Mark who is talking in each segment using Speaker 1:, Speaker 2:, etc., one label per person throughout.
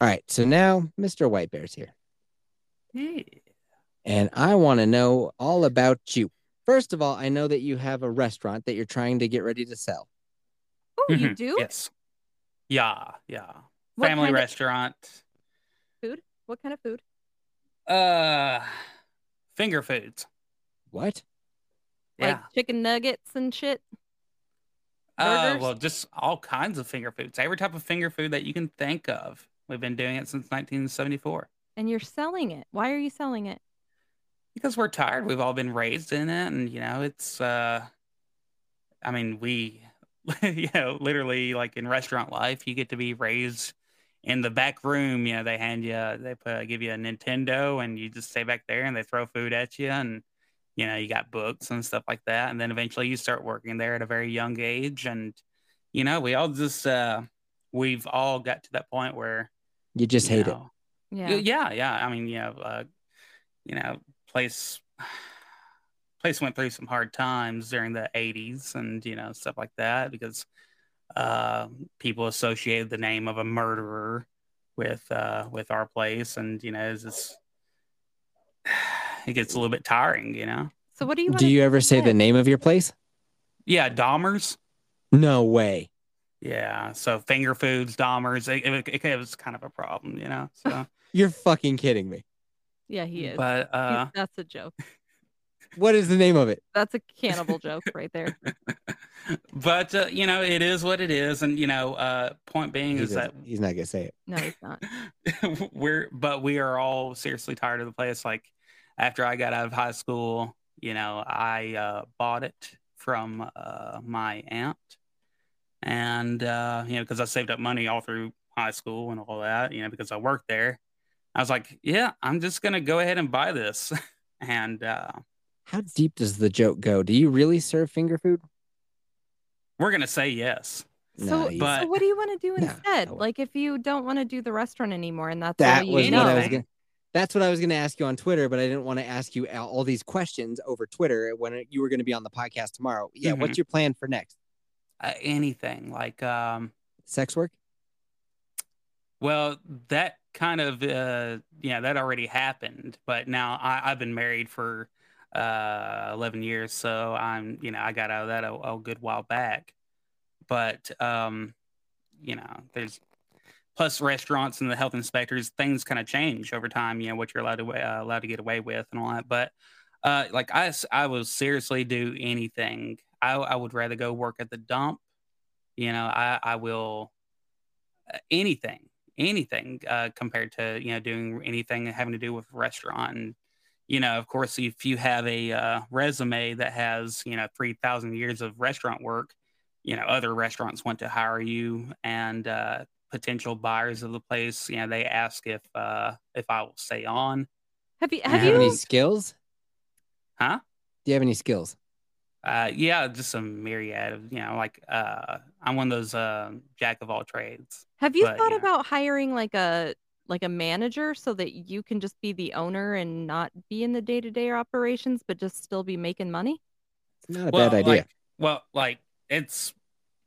Speaker 1: All right, so now Mr. White Bear's here,
Speaker 2: Hey.
Speaker 1: and I want to know all about you. First of all, I know that you have a restaurant that you're trying to get ready to sell.
Speaker 3: Oh, you
Speaker 2: Mhm.
Speaker 3: do?
Speaker 2: Yes. Yeah, yeah.
Speaker 3: What
Speaker 2: Family
Speaker 3: kind of
Speaker 2: restaurant.
Speaker 3: food? What kind of food?
Speaker 2: Uh finger foods.
Speaker 1: What?
Speaker 2: Yeah.
Speaker 3: Like chicken nuggets and shit.
Speaker 2: uh,
Speaker 3: burgers?
Speaker 2: well, just all kinds of finger foods. Every type of finger food that you can think of. We've been doing it since 1974.
Speaker 3: And you're selling it. Why are you selling it?
Speaker 2: Because we're tired. We've all been raised in it and you know, it's uh I mean, we you know, literally like in restaurant life, you get to be raised in the back room, you know, they hand you, they put, give you a Nintendo and you just stay back there and they throw food at you. And, you know, you got books and stuff like that. And then eventually you start working there at a very young age. And, you know, we all just, uh, we've all got to that point where,
Speaker 1: You just
Speaker 2: you
Speaker 1: hate it.
Speaker 2: know, yeah. yeah, yeah. I mean, you know, uh, you know, place place went through some hard times during the '80s and you know stuff like that because uh, people associated the name of a murderer with uh, with our place, and you know, it's just it gets a little bit tiring, you know.
Speaker 3: So what do you
Speaker 1: Do
Speaker 3: wanna
Speaker 1: you ever say the
Speaker 3: instead?
Speaker 1: name of your place?
Speaker 2: Yeah, Dahmers.
Speaker 1: No way.
Speaker 2: Yeah, so finger foods, Dahmers. It, it, it was kind of a problem, you know. So,
Speaker 1: You're fucking kidding me.
Speaker 3: Yeah, he is.
Speaker 2: but
Speaker 3: He-
Speaker 2: uh,
Speaker 3: That's a joke.
Speaker 1: What is the name of it?
Speaker 3: That's a cannibal joke right there.
Speaker 2: but uh, you know it is what it is and you know uh point being
Speaker 1: He
Speaker 2: is that
Speaker 1: doesn't- he's not gonna say it.
Speaker 3: No, he's not.
Speaker 2: we're but we are all seriously tired of the place like after i got out of high school you know i uh, bought it from uh, my aunt and uh, you know because i saved up money all through high school and all that you know because i worked there i was like yeah i'm just gonna go ahead and buy this and uh,
Speaker 1: How deep does the joke go? Do you really serve finger food?
Speaker 2: we're gonna say yes
Speaker 3: So,
Speaker 1: you-
Speaker 2: But-
Speaker 3: so what do you want to do
Speaker 1: No,
Speaker 3: instead?
Speaker 1: no.
Speaker 3: Like if you don't want to do the restaurant anymore and that's
Speaker 1: that
Speaker 3: all you
Speaker 1: was
Speaker 3: know.
Speaker 1: what I was
Speaker 2: Anything.
Speaker 1: gonna. That's what I was gonna ask you on Twitter, but I didn't want to ask you all all these questions over Twitter when you were gonna be on the podcast tomorrow. Yeah, what's your plan for next?
Speaker 2: uh, anything like um
Speaker 1: Sex work?
Speaker 2: Well, that kind of uh yeah, that already happened, but now I, I've been married for uh 11 years, so I'm, you know, I got out of that a, a good while back. But um you know, there's plus restaurants and the health inspectors, things kind of change over time, you know, what you're allowed to uh, allowed to get away with and all that, but uh like I s- I would seriously do anything. I I would rather go work at the dump. You know, I I will uh, anything anything uh, compared to you know doing anything having to do with restaurant and you know of course if you have a uh, resume that has you know 3000 years of restaurant work you know other restaurants want to hire you and uh, potential buyers of the place you know they ask if uh, if i will stay on
Speaker 3: Have you
Speaker 1: Do
Speaker 3: have
Speaker 1: you have
Speaker 3: you
Speaker 1: any skills?
Speaker 2: Huh?
Speaker 1: Do you have any skills?
Speaker 2: uh, yeah just a myriad of you know like uh, i'm one of those uh, jack of all trades
Speaker 3: have you
Speaker 2: but,
Speaker 3: thought
Speaker 2: yeah.
Speaker 3: about hiring like a like a manager so that you can just be the owner and not be in the day-to-day operations but just still be making money?
Speaker 1: It's not a bad idea.
Speaker 2: Like, well, like it's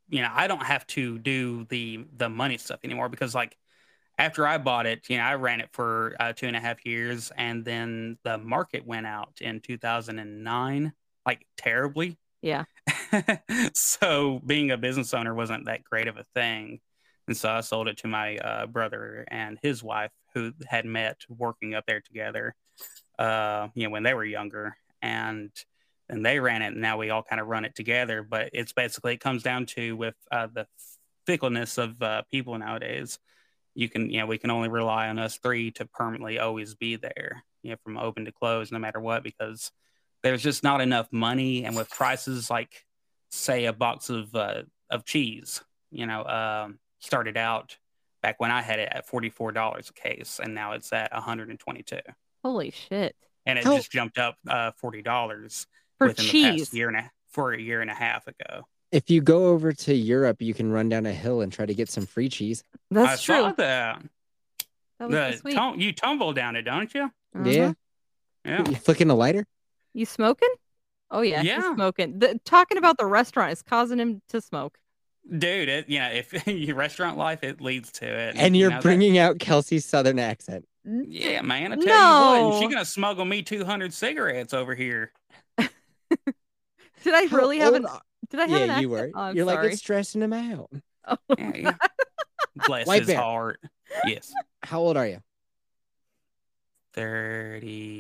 Speaker 2: you know, I don't have to do the the money stuff anymore because like after I bought it, you know, I ran it for uh, two and a half years, and then the market went out in 2009, like terribly.
Speaker 3: Yeah.
Speaker 2: so being a business owner wasn't that great of a thing, and so I sold it to my uh, brother and his wife, who had met working up there together, uh, you know, when they were younger, and and they ran it. And now we all kind of run it together. But it's basically it comes down to with uh, the fickleness of uh, people nowadays. You can, you know, we can only rely on us three to permanently always be there, you know, from open to close, no matter what, because there's just not enough money. And with prices like, say, a box of uh, of cheese, you know, um, started out back when I had it at forty four dollars a case, and now it's at one hundred and twenty two,
Speaker 3: Holy shit.
Speaker 2: and it
Speaker 1: Oh.
Speaker 2: just jumped up uh, forty dollars
Speaker 3: For
Speaker 2: within the
Speaker 3: cheese.
Speaker 2: past year and a, for a year and a half ago.
Speaker 1: If you go over to Europe, you can run down a hill and try to get some free cheese.
Speaker 3: That's
Speaker 2: I
Speaker 3: true.
Speaker 2: saw that.
Speaker 3: that was
Speaker 2: The
Speaker 3: this week.
Speaker 2: tum- you tumble down it, don't you?
Speaker 1: Yeah.
Speaker 3: Uh-huh.
Speaker 2: Yeah.
Speaker 1: You flicking a lighter?
Speaker 3: You smoking? Oh yeah,
Speaker 2: Yeah.
Speaker 3: he's smoking. The, talking about the restaurant is causing him to smoke.
Speaker 2: Dude, it, you know, if your restaurant life, it leads to it.
Speaker 1: And
Speaker 2: you
Speaker 1: you're
Speaker 2: know, that-
Speaker 1: bringing out Kelsey's southern accent.
Speaker 2: yeah, man, I tell you what,
Speaker 3: No.
Speaker 2: she's gonna smuggle me 200 cigarettes over here.
Speaker 3: Did I
Speaker 1: How
Speaker 3: really have
Speaker 1: old
Speaker 3: an?
Speaker 1: are-
Speaker 3: Did I have an
Speaker 1: Yeah, you
Speaker 3: accent?
Speaker 1: were.
Speaker 3: Oh, I'm
Speaker 1: you're
Speaker 3: sorry.
Speaker 1: like it's stressing him out.
Speaker 2: Yeah, yeah. Bless
Speaker 1: White
Speaker 2: his
Speaker 1: bear.
Speaker 2: heart. Yes,
Speaker 1: How old are you?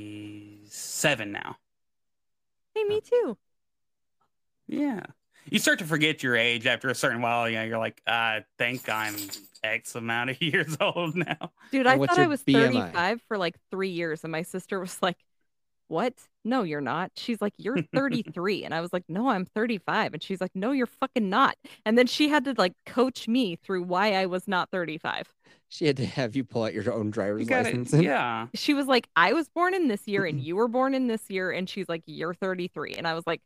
Speaker 2: 37 now.
Speaker 3: hey, me too.
Speaker 2: Yeah, you start to forget your age after a certain while. You know, you're like, I think I'm X amount of years old now.
Speaker 3: Dude,
Speaker 1: Now,
Speaker 3: I
Speaker 1: what's
Speaker 3: thought I
Speaker 1: your
Speaker 3: was
Speaker 1: BMI?
Speaker 3: 35 for like three years, and my sister was like, "What? No, you're not." She's like, "You're 33," and I was like, "No, I'm 35," and she's like, "No, you're fucking not." And then she had to like coach me through why I was not 35.
Speaker 1: She had to have you pull out your own driver's
Speaker 2: You got
Speaker 1: license.
Speaker 2: it. Yeah.
Speaker 3: She was like, "I was born in this year, and you were born in this year," and she's like, "You're 33," and I was like,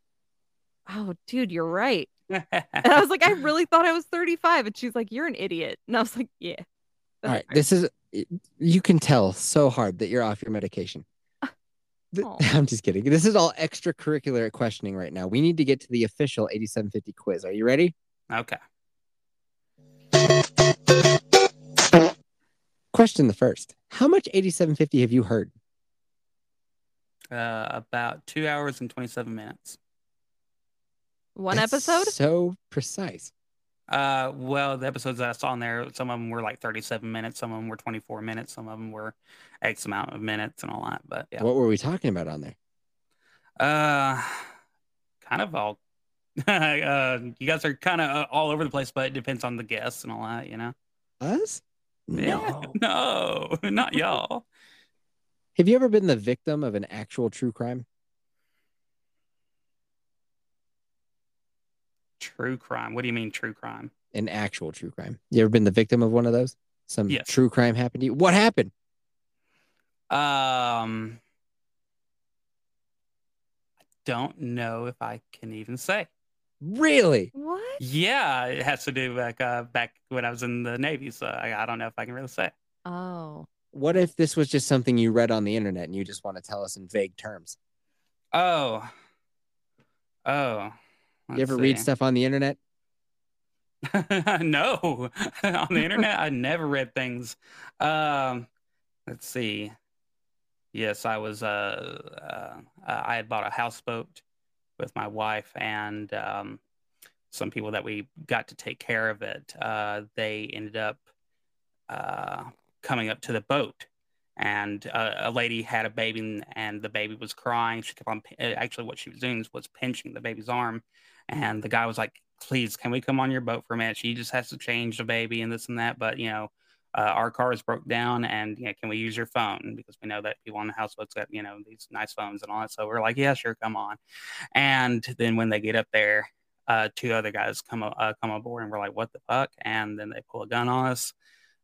Speaker 3: "Oh, dude, you're right." And I was like, I really thought I was 35. And she's like, You're an idiot. And I was like, Yeah.
Speaker 1: All
Speaker 3: that's
Speaker 1: right.
Speaker 3: fair."
Speaker 1: This is it- you can tell so hard that you're off your medication. Th-
Speaker 3: Aw.
Speaker 1: I'm just kidding. This is all extracurricular questioning right now. We need to get to the official 8750 quiz. Are you ready?
Speaker 2: okay.
Speaker 1: Question the first. How much 8750 have you heard?
Speaker 2: Uh, about two hours and 27 minutes.
Speaker 3: One
Speaker 1: That's
Speaker 3: episode?
Speaker 1: So precise.
Speaker 2: Uh, well, the episodes that I saw on there, some of them were like 37 minutes, some of them were 24 minutes, some of them were X amount of minutes and all that. But yeah,
Speaker 1: What were we talking about on there?
Speaker 2: uh, kind of all. uh, you guys are kind of uh, all over the place, but it depends on the guests and all that, you know.
Speaker 1: Us?
Speaker 2: Yeah.
Speaker 1: No.
Speaker 2: No, not y'all.
Speaker 1: Have you ever been the victim of an actual true crime?
Speaker 2: True crime. What do you mean true crime?
Speaker 1: An actual true crime. You ever been the victim of one of those? Some
Speaker 2: Yes.
Speaker 1: true crime happened to you? What happened?
Speaker 2: Um, I don't know if I can even say.
Speaker 1: Really?
Speaker 3: What?
Speaker 2: Yeah, it has to do back uh, back when I was in the Navy, so I, I don't know if I can really say.
Speaker 3: Oh.
Speaker 1: What if this was just something you read on the internet and you just want to tell us in vague terms?
Speaker 2: Oh, oh.
Speaker 1: you
Speaker 2: let's
Speaker 1: ever read
Speaker 2: see.
Speaker 1: stuff on the internet?
Speaker 2: no, on the internet, I never read things. Um, let's see. Yes, I was. Uh, uh, I had bought a houseboat with my wife and um, some people that we got to take care of it. Uh, they ended up uh, coming up to the boat. And uh, a lady had a baby, and the baby was crying. She kept on uh, actually what she was doing was pinching the baby's arm, and the guy was like, please, can we come on your boat for a minute? She just has to change the baby and this and that. But, you know, uh, our car is broke down and, you know, can we use your phone? Because we know that people on the houseboats got, you know, these nice phones and all that. So we're like, yeah, sure, come on. And then when they get up there, uh, two other guys come, o- uh, come aboard and we're like, what the fuck? And then they pull a gun on us,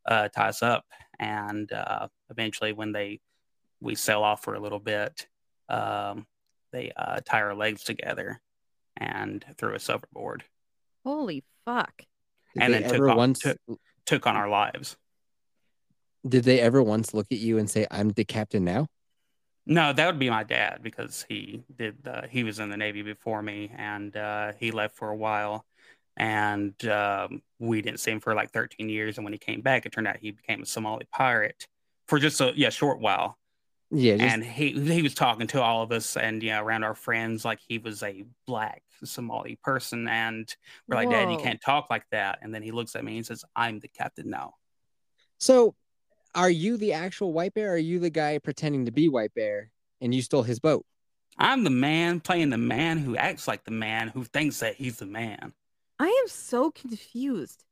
Speaker 2: uh, tie us up. And uh, eventually, when they, we sail off for a little bit, um, they uh, tie our legs together and threw us overboard
Speaker 3: Holy fuck.
Speaker 1: Did
Speaker 2: And
Speaker 1: they
Speaker 2: then took
Speaker 1: ever
Speaker 2: off-
Speaker 1: once
Speaker 2: took- took on our lives.
Speaker 1: did they ever once look at you and say, "I'm the captain now"?
Speaker 2: No, that would be my dad because he did. Uh, he was in the Navy before me, and uh, he left for a while, and um, we didn't see him for like 13 years. And when he came back, it turned out he became a Somali pirate for just a yeah short while.
Speaker 1: Yeah, just
Speaker 2: and he he was talking to all of us and you know around our friends like he was a black Somali person, and we're like, Dad, you
Speaker 3: Whoa.
Speaker 2: can't talk like that. And then he looks at me and says, I'm the captain now.
Speaker 1: so. Are you the actual white bear? Or are you the guy pretending to be white bear and you stole his boat?
Speaker 2: I'm the man playing the man who acts like the man who thinks that he's the man.
Speaker 3: I am so confused.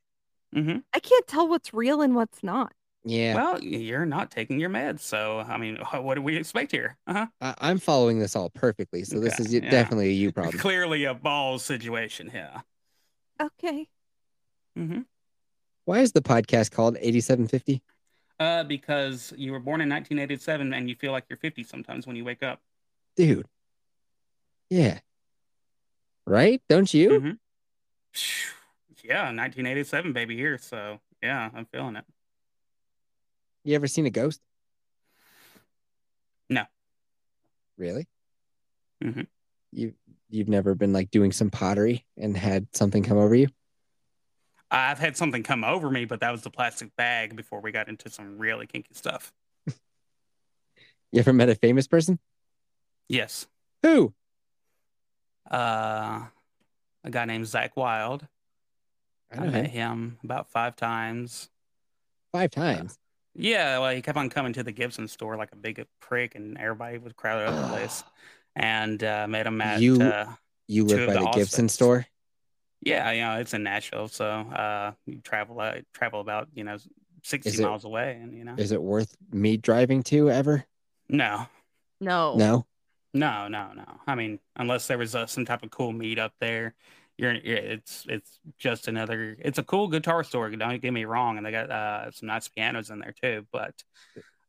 Speaker 2: hmm
Speaker 3: I can't tell what's real and what's not.
Speaker 1: Yeah,
Speaker 2: Well, you're not taking your meds, so I mean, wh- what do we expect here? Uh-huh.
Speaker 1: I- I'm following this all perfectly. So this
Speaker 2: Okay,
Speaker 1: is y-
Speaker 2: yeah.
Speaker 1: definitely a you problem.
Speaker 2: Clearly, a ball situation here.
Speaker 3: Okay.
Speaker 1: Mm-hmm.
Speaker 2: hmm
Speaker 1: Why is the podcast called 8750?
Speaker 2: Uh, because you were born in 1987 and you feel like you're 50 sometimes when you wake up.
Speaker 1: Dude. Yeah. Right? Don't you?
Speaker 2: Mhm. Phew. Yeah, 1987 baby here. So yeah, I'm feeling it.
Speaker 1: You ever seen a ghost?
Speaker 2: No.
Speaker 1: Really?
Speaker 2: Mhm.
Speaker 1: You you've never been like doing some pottery and had something come over you?
Speaker 2: I've had something come over me, but that was the plastic bag before we got into some really kinky stuff.
Speaker 1: You ever met a famous person?
Speaker 2: Yes.
Speaker 1: Who?
Speaker 2: Uh, a guy named Zach Wild.
Speaker 1: I
Speaker 2: I,
Speaker 1: don't know.
Speaker 2: met him about five times.
Speaker 1: Five times.
Speaker 2: Yeah, well, he kept on coming to the Gibson store like a big prick, and everybody was crowded over the place. And uh, met him at
Speaker 1: You-
Speaker 2: uh,
Speaker 1: you
Speaker 2: two
Speaker 1: live
Speaker 2: of
Speaker 1: by
Speaker 2: the
Speaker 1: the Gibson
Speaker 2: Allsvensks.
Speaker 1: store?
Speaker 2: Yeah, you know, it's in Nashville, so uh, you travel uh, travel about you know sixty
Speaker 1: Is it-
Speaker 2: miles away, and you know,
Speaker 1: Is it worth me driving to ever?
Speaker 2: no, Oh.
Speaker 3: No.
Speaker 1: No.
Speaker 2: no, no, no. I mean, unless there was uh, some type of cool meet up there, you're, you're it's it's just another. It's a cool guitar store. Don't get me wrong, and they got uh, some nice pianos in there too, but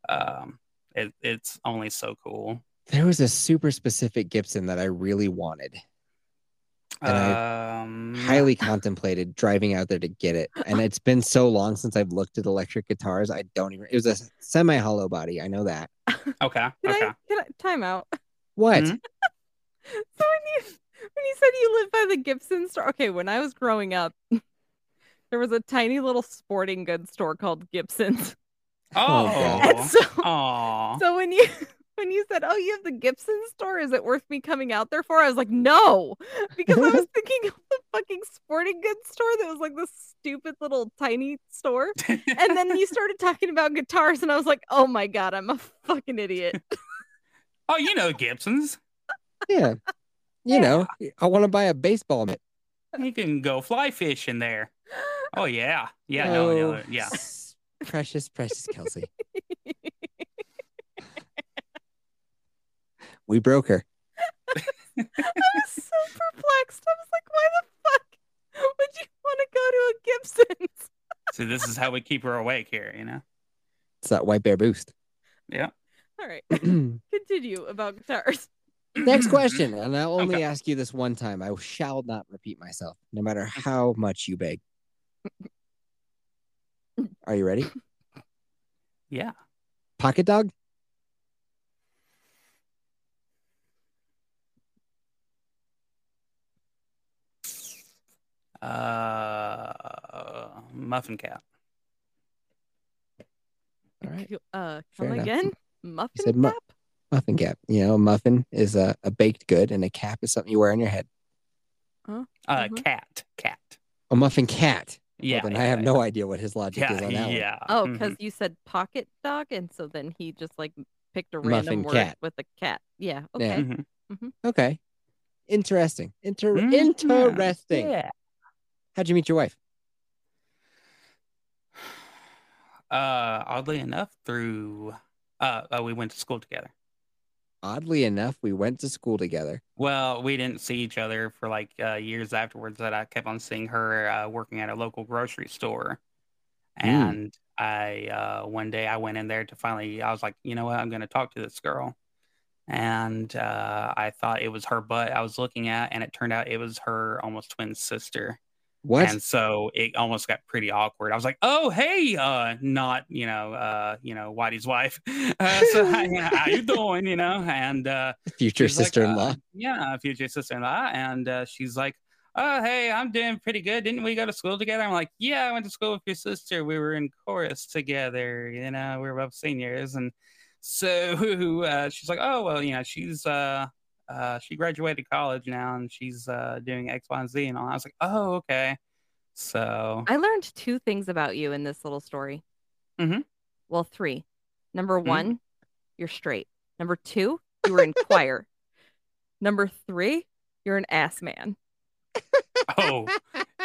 Speaker 2: um, it, it's only so cool.
Speaker 1: There was a super specific Gibson that I really wanted. And
Speaker 2: Um,
Speaker 1: Highly contemplated driving out there to get it. And it's been so long since I've looked at electric guitars. I don't even it was a semi hollow body. I know that.
Speaker 2: okay,
Speaker 3: Can
Speaker 2: okay.
Speaker 3: I can I time out?
Speaker 1: What?
Speaker 2: Mhm.
Speaker 3: So when you when you said you live by the Gibson store, okay, when I was growing up, there was a tiny little sporting goods store called Gibson's.
Speaker 1: God.
Speaker 2: Oh,
Speaker 3: And so
Speaker 2: oh,
Speaker 3: so when you when you said, "Oh, you have the Gibson store," is it worth me coming out there for? I was like, "No," because I was thinking of the fucking sporting goods store that was like this stupid little tiny store. And then you started talking about guitars, and I was like, "Oh my god, I'm a fucking idiot."
Speaker 2: oh, you know Gibsons.
Speaker 1: Yeah. You know, I want to buy a baseball mitt.
Speaker 2: You can go fly fish in there. Oh yeah, yeah, no, no,
Speaker 1: Oh,
Speaker 2: yeah.
Speaker 1: s- Oh, Precious, precious Kelsey. we broke her.
Speaker 3: I was so perplexed. I was like, "Why the fuck would you want to go to a Gibson's?"
Speaker 2: So this is how we keep her awake here, you know.
Speaker 1: It's that white bear boost.
Speaker 3: All right, continue about guitars.
Speaker 1: Next question, and I'll only
Speaker 2: Okay.
Speaker 1: ask you this one time. I shall not repeat myself, no matter how much you beg. Are you ready?
Speaker 2: Yeah.
Speaker 1: Pocket dog?
Speaker 2: Uh, muffin cat.
Speaker 1: All right.
Speaker 3: Uh,
Speaker 1: Fair
Speaker 3: come
Speaker 1: enough.
Speaker 3: again, muffin
Speaker 1: said mu-
Speaker 3: cap.
Speaker 1: Muffin cap. You know, a muffin is a, a baked good, and a cap is something you wear on your head.
Speaker 2: Uh,
Speaker 3: Mhm.
Speaker 2: cat, cat.
Speaker 1: A muffin cat.
Speaker 2: Yeah.
Speaker 1: Mm-hmm. Well, then
Speaker 2: yeah,
Speaker 1: I have
Speaker 2: yeah.
Speaker 1: no idea what his logic is
Speaker 2: Yeah,
Speaker 1: on that one.
Speaker 2: yeah.
Speaker 3: Oh,
Speaker 2: mhm.
Speaker 3: because you said pocket dog, and so then he just like picked a random
Speaker 1: Muffin
Speaker 3: word
Speaker 1: cat.
Speaker 3: with a cat. Yeah.
Speaker 1: Yeah.
Speaker 3: Okay.
Speaker 2: Mhm.
Speaker 1: Okay. Interesting. Inter-
Speaker 2: Mm, yeah,
Speaker 1: Interesting.
Speaker 2: Yeah.
Speaker 1: How'd you meet your wife?
Speaker 2: Uh, oddly enough, through uh, uh, we went to school together.
Speaker 1: Oddly enough, we went to school together.
Speaker 2: Well, we didn't see each other for like uh, years afterwards. That I kept on seeing her uh, working at a local grocery store,
Speaker 1: Hmm.
Speaker 2: and I uh, one day I went in there to finally. I was like, you know what? I'm going to talk to this girl, and uh, I thought it was her butt I was looking at, and it turned out it was her almost twin sister.
Speaker 1: What?
Speaker 2: And so it almost got pretty awkward. I was like, "Oh, hey, uh, not you know, uh, you know, Whitey's wife. Uh, so hi, you know, how you doing? You know?" And uh,
Speaker 1: Future
Speaker 2: she's like,
Speaker 1: sister-in-law.
Speaker 2: uh, yeah, future sister-in-law, and uh, she's like, "Oh, hey, I'm doing pretty good. Didn't we go to school together?" I'm like, "Yeah, I went to school with your sister. We were in chorus together. You know, we were both seniors." And so uh, she's like, "Oh, well, you know, she's uh, uh, she graduated college now, and she's uh, doing X, Y, and Z." And all. I was like, "Oh, okay." So Mm-hmm.
Speaker 3: I learned two things about you in this little story.
Speaker 2: Mhm.
Speaker 3: Well, three. Number
Speaker 2: Hmm?
Speaker 3: one, you're straight. Number two, you were in choir. Number three, you're an ass man.
Speaker 2: Oh,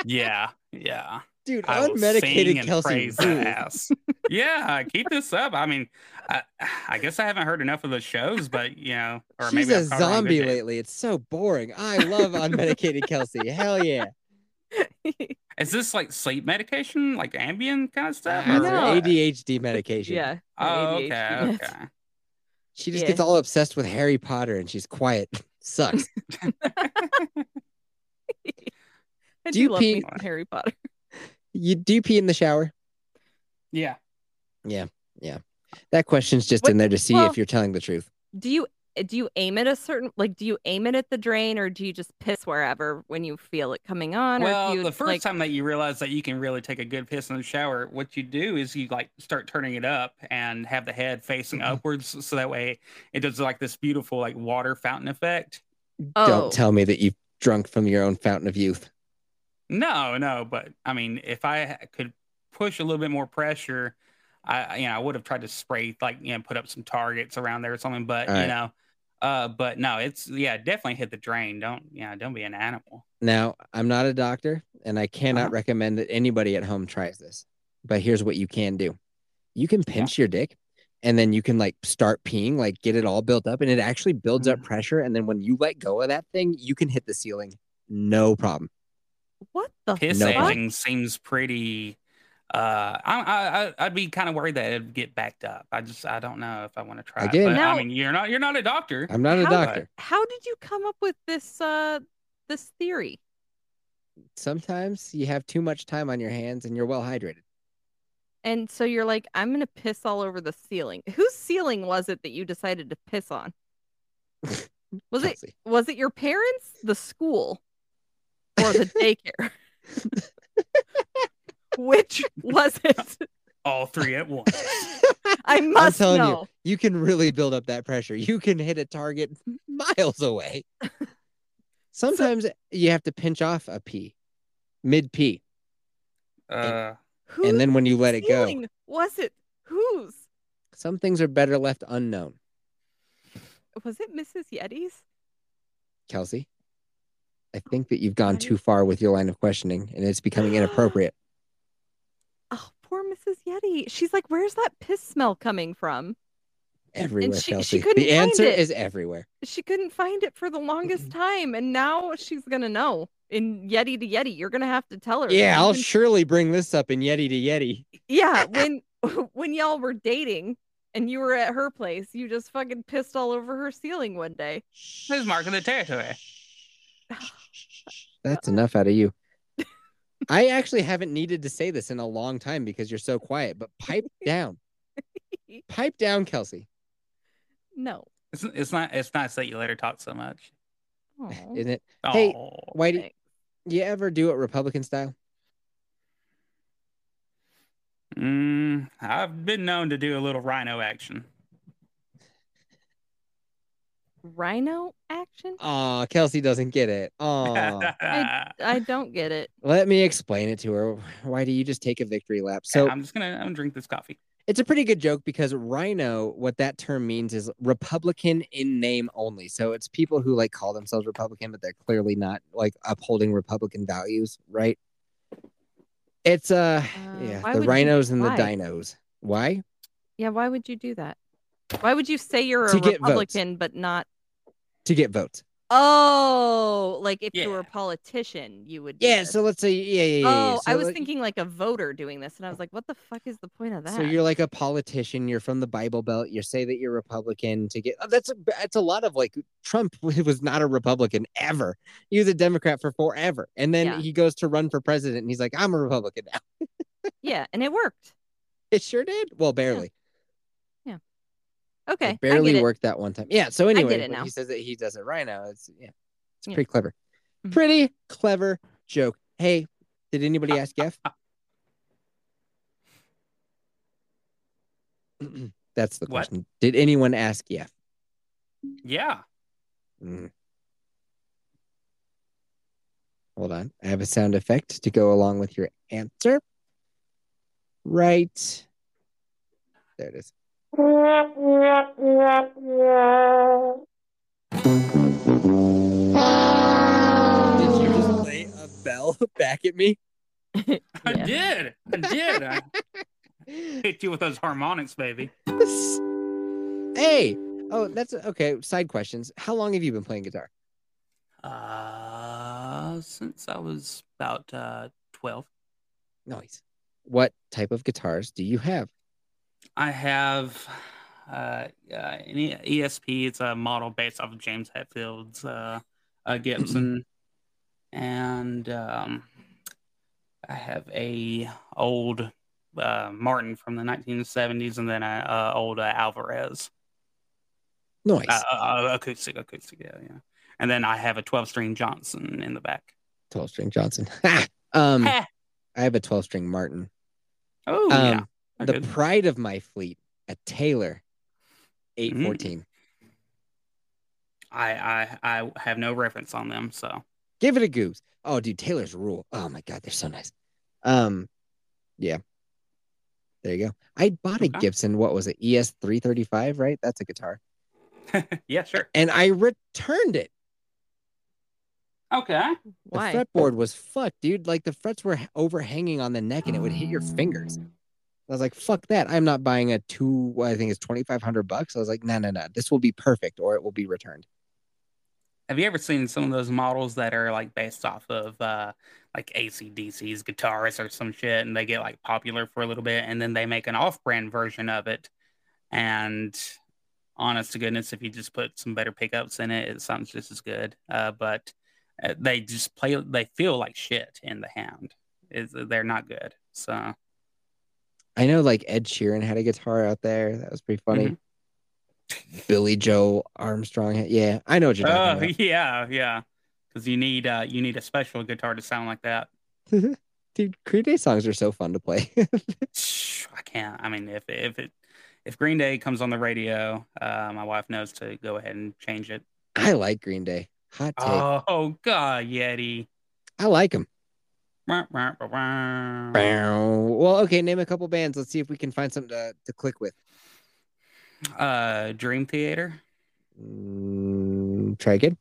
Speaker 2: yeah, yeah.
Speaker 1: Dude,
Speaker 2: I will sing
Speaker 1: unmedicated
Speaker 2: and
Speaker 1: Kelsey
Speaker 2: praise that
Speaker 1: rules.
Speaker 2: ass. yeah, keep this up. I mean, I, I guess I haven't heard enough of the shows, but you know, or
Speaker 1: She's
Speaker 2: maybe
Speaker 1: a
Speaker 2: I've caught her on good
Speaker 1: zombie
Speaker 2: days.
Speaker 1: lately. It's so boring. I love unmedicated Kelsey. Hell yeah.
Speaker 2: Is this like sleep medication, like Ambien kind of stuff?
Speaker 1: It's
Speaker 2: or
Speaker 1: an
Speaker 3: No.
Speaker 2: what?
Speaker 1: ADHD medication.
Speaker 3: yeah.
Speaker 2: Oh,
Speaker 3: ADHD
Speaker 2: okay,
Speaker 3: meds.
Speaker 2: okay.
Speaker 1: She just
Speaker 3: Yeah.
Speaker 1: gets all obsessed with Harry Potter and she's quiet. Sucks.
Speaker 3: I
Speaker 1: Do
Speaker 3: do,
Speaker 1: you
Speaker 3: love
Speaker 1: pee-
Speaker 3: me some Harry Potter.
Speaker 1: You do you pee in the shower?
Speaker 2: Yeah.
Speaker 1: That question's just
Speaker 3: What-
Speaker 1: in there to see
Speaker 3: well-
Speaker 1: if you're telling the truth.
Speaker 3: Do you do you aim at a certain like do you aim it at the drain or do you just piss wherever when you feel it coming on? or
Speaker 2: Well,
Speaker 3: do you,
Speaker 2: the first
Speaker 3: like,
Speaker 2: time that you realize that you can really take a good piss in the shower, what you do is you like start turning it up and have the head facing upwards, so that way it does like this beautiful like water fountain effect.
Speaker 3: oh,
Speaker 1: Don't tell me that you've drunk from your own fountain of youth.
Speaker 2: No, no, but I mean, if I ha- could push a little bit more pressure, I I- you know I would have tried to spray like you know put up some targets around there or something, but
Speaker 1: All right.
Speaker 2: you know, uh, but no, it's yeah, definitely hit the drain. Don't you know, don't be an animal.
Speaker 1: Now, I'm not a doctor and I cannot
Speaker 2: Uh-huh.
Speaker 1: recommend that anybody at home tries this. But here's what you can do. You can pinch your dick and then you can like start peeing, like get it all built up and it actually builds
Speaker 3: Mm-hmm.
Speaker 1: up pressure and then when you let go of that thing, you can hit the ceiling. No problem.
Speaker 3: Oh, what the
Speaker 2: Piss
Speaker 1: No
Speaker 3: fuck?
Speaker 1: problem.
Speaker 2: aging seems pretty. Uh, I, I I- I'd be kind of worried that it'd get backed up. I just I don't know if I want to try.
Speaker 1: Again-
Speaker 2: it. But,
Speaker 3: Now-
Speaker 2: I mean, you're not you're not a doctor.
Speaker 1: I'm not a
Speaker 3: How-
Speaker 1: doctor.
Speaker 3: How did you come up with this uh this theory?
Speaker 1: Sometimes you have too much time on your hands and you're well hydrated.
Speaker 3: And so you're like, I'm gonna piss all over the ceiling. Whose ceiling was it that you decided to piss on? Was it
Speaker 1: Kelsey.
Speaker 3: was it your parents, the school, or the daycare? Which was it?
Speaker 2: All three at once.
Speaker 3: I must
Speaker 1: telling you.
Speaker 3: know.
Speaker 1: You can really build up that pressure. You can hit a target miles away. Sometimes you have to pinch off a pee, mid pee,
Speaker 2: Uh,
Speaker 3: Who
Speaker 1: and then when you let it go,
Speaker 3: ceiling was it? Whose?
Speaker 1: some things are better left unknown.
Speaker 3: Was it Mrs. Yeti's?
Speaker 1: Kelsey, I think that you've gone
Speaker 3: Right.
Speaker 1: too far with your line of questioning, and it's becoming inappropriate.
Speaker 3: Oh, poor Mrs. Yeti. She's like, where's that piss smell coming from?
Speaker 1: Everywhere,
Speaker 3: she- she
Speaker 1: Kelsey.
Speaker 3: couldn't
Speaker 1: the
Speaker 3: find
Speaker 1: answer
Speaker 3: it.
Speaker 1: is everywhere.
Speaker 3: she couldn't find it for the longest time and now she's gonna know in yeti to yeti you're gonna have to tell her
Speaker 1: Yeah, I'll
Speaker 3: Even-
Speaker 1: surely bring this up in Yeti to Yeti.
Speaker 3: yeah when when y'all were dating and you were at her place you just fucking pissed all over her ceiling one day
Speaker 2: this is mark of the territory.
Speaker 1: That's enough out of you. I actually haven't needed to say this in a long time because you're so quiet, but pipe down. pipe down, Kelsey.
Speaker 3: no
Speaker 2: It's, it's not it's nice that you let her talk so much.
Speaker 3: Aw.
Speaker 1: Isn't it?
Speaker 2: Oh,
Speaker 1: Hey, Whitey,
Speaker 3: Thanks.
Speaker 1: you ever do it Republican style?
Speaker 2: mm, I've been known to do a little rhino action.
Speaker 3: rhino action
Speaker 1: Aw, Kelsey doesn't get it. Aw.
Speaker 3: i don't get it
Speaker 1: Let me explain it to her. Why do you just take a victory lap? So
Speaker 2: I'm just gonna I'm gonna drink this coffee.
Speaker 1: it's a pretty good joke because rhino what that term means is republican in name only so it's people who like call themselves republican but they're clearly not like upholding republican values right it's
Speaker 3: Uh,
Speaker 1: uh,
Speaker 3: why
Speaker 1: yeah
Speaker 3: would
Speaker 1: the
Speaker 3: you-
Speaker 1: rhinos and
Speaker 3: why?
Speaker 1: the dinos why
Speaker 3: yeah why would you do that why would you say you're a
Speaker 1: To get votes.
Speaker 3: republican but not
Speaker 1: to get votes
Speaker 3: oh like if you were a
Speaker 2: Yeah.
Speaker 3: politician you would do
Speaker 1: yeah
Speaker 3: this.
Speaker 1: so let's say yeah yeah, yeah, yeah.
Speaker 3: Oh, I
Speaker 1: So,
Speaker 3: was
Speaker 1: like,
Speaker 3: thinking like a voter doing this, and I was like, "What the fuck is the point of that?"
Speaker 1: so you're like a politician you're from the bible belt you say that you're republican to get oh, that's a, that's a lot of like trump was not a republican ever he was a democrat for forever and then
Speaker 3: Yeah.
Speaker 1: he goes to run for president and he's like i'm a republican now
Speaker 3: yeah, and it worked.
Speaker 1: It sure did. Well, barely.
Speaker 3: Okay, I
Speaker 1: It barely
Speaker 3: get it.
Speaker 1: worked that one time. Yeah. So anyway,
Speaker 3: it
Speaker 1: when
Speaker 3: now.
Speaker 1: he says that he does it right now. It's yeah. It's
Speaker 3: Yeah.
Speaker 1: pretty clever.
Speaker 3: Mhm.
Speaker 1: Pretty clever joke. Hey, did anybody ask Jeff? That's the
Speaker 2: What?
Speaker 1: question. Did anyone ask Jeff?
Speaker 2: Yeah.
Speaker 1: Mm. Hold on. I have a sound effect to go along with your answer. Right There it is. Did you just lay a bell back at me?
Speaker 2: I
Speaker 3: Yeah.
Speaker 2: did. I did. I hit you with those harmonics, baby.
Speaker 1: hey. Oh, that's okay. Side questions. How long have you been playing guitar?
Speaker 2: Uh, since I was about uh, 12,
Speaker 1: Nice. What type of guitars do you have?
Speaker 2: I have uh, uh, an E- ESP. It's a model based off of James Hetfield's uh, uh, Gibson, and um, I have a old uh, Martin from the 1970s, and then a, uh old uh, Alvarez.
Speaker 1: Nice.
Speaker 2: Uh, uh, uh, acoustic, acoustic, yeah, yeah. And then I have a 12 string Johnson in the back.
Speaker 1: 12 string Johnson. Ha! um,
Speaker 2: Ha!
Speaker 1: I have a 12 string Martin.
Speaker 2: Oh, yeah.
Speaker 1: Um,
Speaker 2: I
Speaker 1: the
Speaker 2: could-
Speaker 1: pride of my fleet, a Taylor
Speaker 2: Mm.
Speaker 1: 814.
Speaker 2: I, I, I have no reference on them. So,
Speaker 1: Give it a goose. Oh, dude, Taylor's rule. Oh my God, they're so nice. Um, yeah. There you go. I bought a
Speaker 2: Okay.
Speaker 1: Gibson. What was it? E ES 335, right? That's a guitar.
Speaker 2: yeah, sure.
Speaker 1: And I returned it.
Speaker 2: Okay.
Speaker 3: Why?
Speaker 1: The fretboard was fucked, dude. Like the frets were h- overhanging on the neck and it would hit your fingers. I was like, fuck that. I'm not buying a two, I think it's 2,500 bucks. I was like, no, no, no. This will be perfect or it will be returned.
Speaker 2: Have you ever seen some of those models that are like based off of uh, like ACDC's guitarists or some shit and they get like popular for a little bit and then they make an off brand version of it? And honest to goodness, if you just put some better pickups in it, it sounds just as good. Uh, but uh, they just play, they feel like shit in the hand. It's, uh, they're not good. So,
Speaker 1: I know like Ed Sheeran had a guitar out there. That was pretty funny. Billy Joe Armstrong. had- Yeah, I know what you're talking
Speaker 2: oh, yeah, yeah. Because you need uh, you need a special guitar to sound like that.
Speaker 1: about. Dude, Creed Day songs are so fun to play.
Speaker 2: I can't. I mean, if if it if Green Day comes on the radio, uh, my wife knows to go ahead and change it.
Speaker 1: I like Green Day. Hot take.
Speaker 2: Oh God, Yeti.
Speaker 1: I like them.
Speaker 2: Wah, wah, wah, wah.
Speaker 1: Well, okay, name a couple bands. Let's see if we can find something to, to click with.
Speaker 2: Uh, Dream Theater.
Speaker 1: Mm, try again.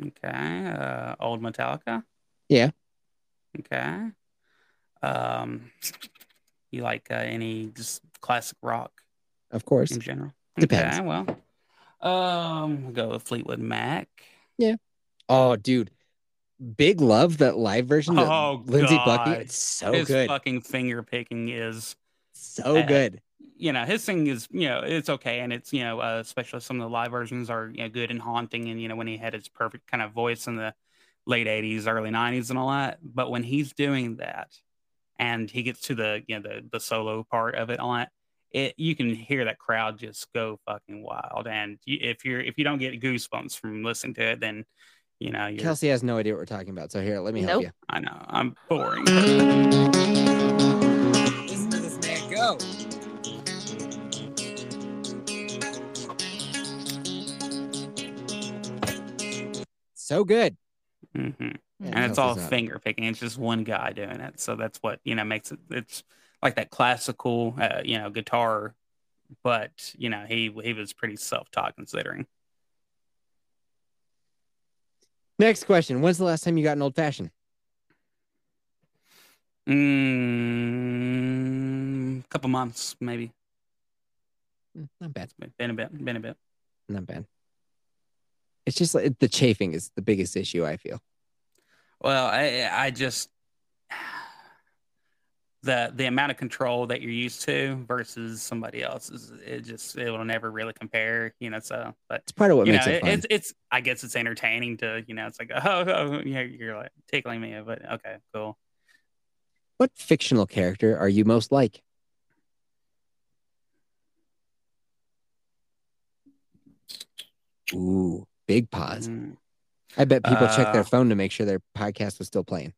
Speaker 2: Okay. Uh, Old Metallica.
Speaker 1: Yeah.
Speaker 2: Okay. Um, you like uh, any just classic rock
Speaker 1: Of course.
Speaker 2: in general?
Speaker 1: Depends.
Speaker 2: Okay, well, um, we'll go with Fleetwood Mac.
Speaker 1: Oh, dude. Big love that live version. that
Speaker 2: Oh,
Speaker 1: Lindsey
Speaker 2: God.
Speaker 1: Buckingham. It's so
Speaker 2: His
Speaker 1: Oh, good.
Speaker 2: fucking finger picking is
Speaker 1: so
Speaker 2: uh,
Speaker 1: good.
Speaker 2: you know his thing is you know it's okay and it's you know uh, especially some of the live versions are you know good and haunting and you know when he had his perfect kind of voice in the late 80s early 90s and all that but when he's doing that and he gets to the you know the, the solo part of it on it it you can hear that crowd just go fucking wild and you, if you're if you don't get goosebumps from listening to it then you know you're
Speaker 1: Kelsey has no idea what we're talking about. So here, let me help
Speaker 3: Nope.
Speaker 2: i know i'm boring
Speaker 1: you. Listen to this man go. So good.
Speaker 2: hmm
Speaker 1: Yeah,
Speaker 2: and it's
Speaker 1: Kelsey's
Speaker 2: all
Speaker 1: not-
Speaker 2: finger picking. It's just one guy doing it, so that's what you know makes it. It's like that classical, uh, you know, guitar, but you know he he was pretty self taught considering.
Speaker 1: Next question. When's the last time you got an old fashioned?
Speaker 2: Mm, couple months maybe.
Speaker 1: Mm, Not bad.
Speaker 2: It's been a bit. Been a bit.
Speaker 1: Not bad. It's just like the chafing is the biggest issue I feel.
Speaker 2: Well, I I just the the amount of control that you're used to versus somebody else's it just it will never really compare you know so but
Speaker 1: It's part of what
Speaker 2: you know,
Speaker 1: makes it
Speaker 2: it,
Speaker 1: fun.
Speaker 2: it's it's. I guess it's entertaining to you know. It's like oh, oh yeah, you're like tickling me, but okay, cool.
Speaker 1: What fictional character are you most like? Ooh, big pause.
Speaker 2: Mm.
Speaker 1: I bet people check
Speaker 2: Uh,
Speaker 1: their phone to make sure their podcast was still playing.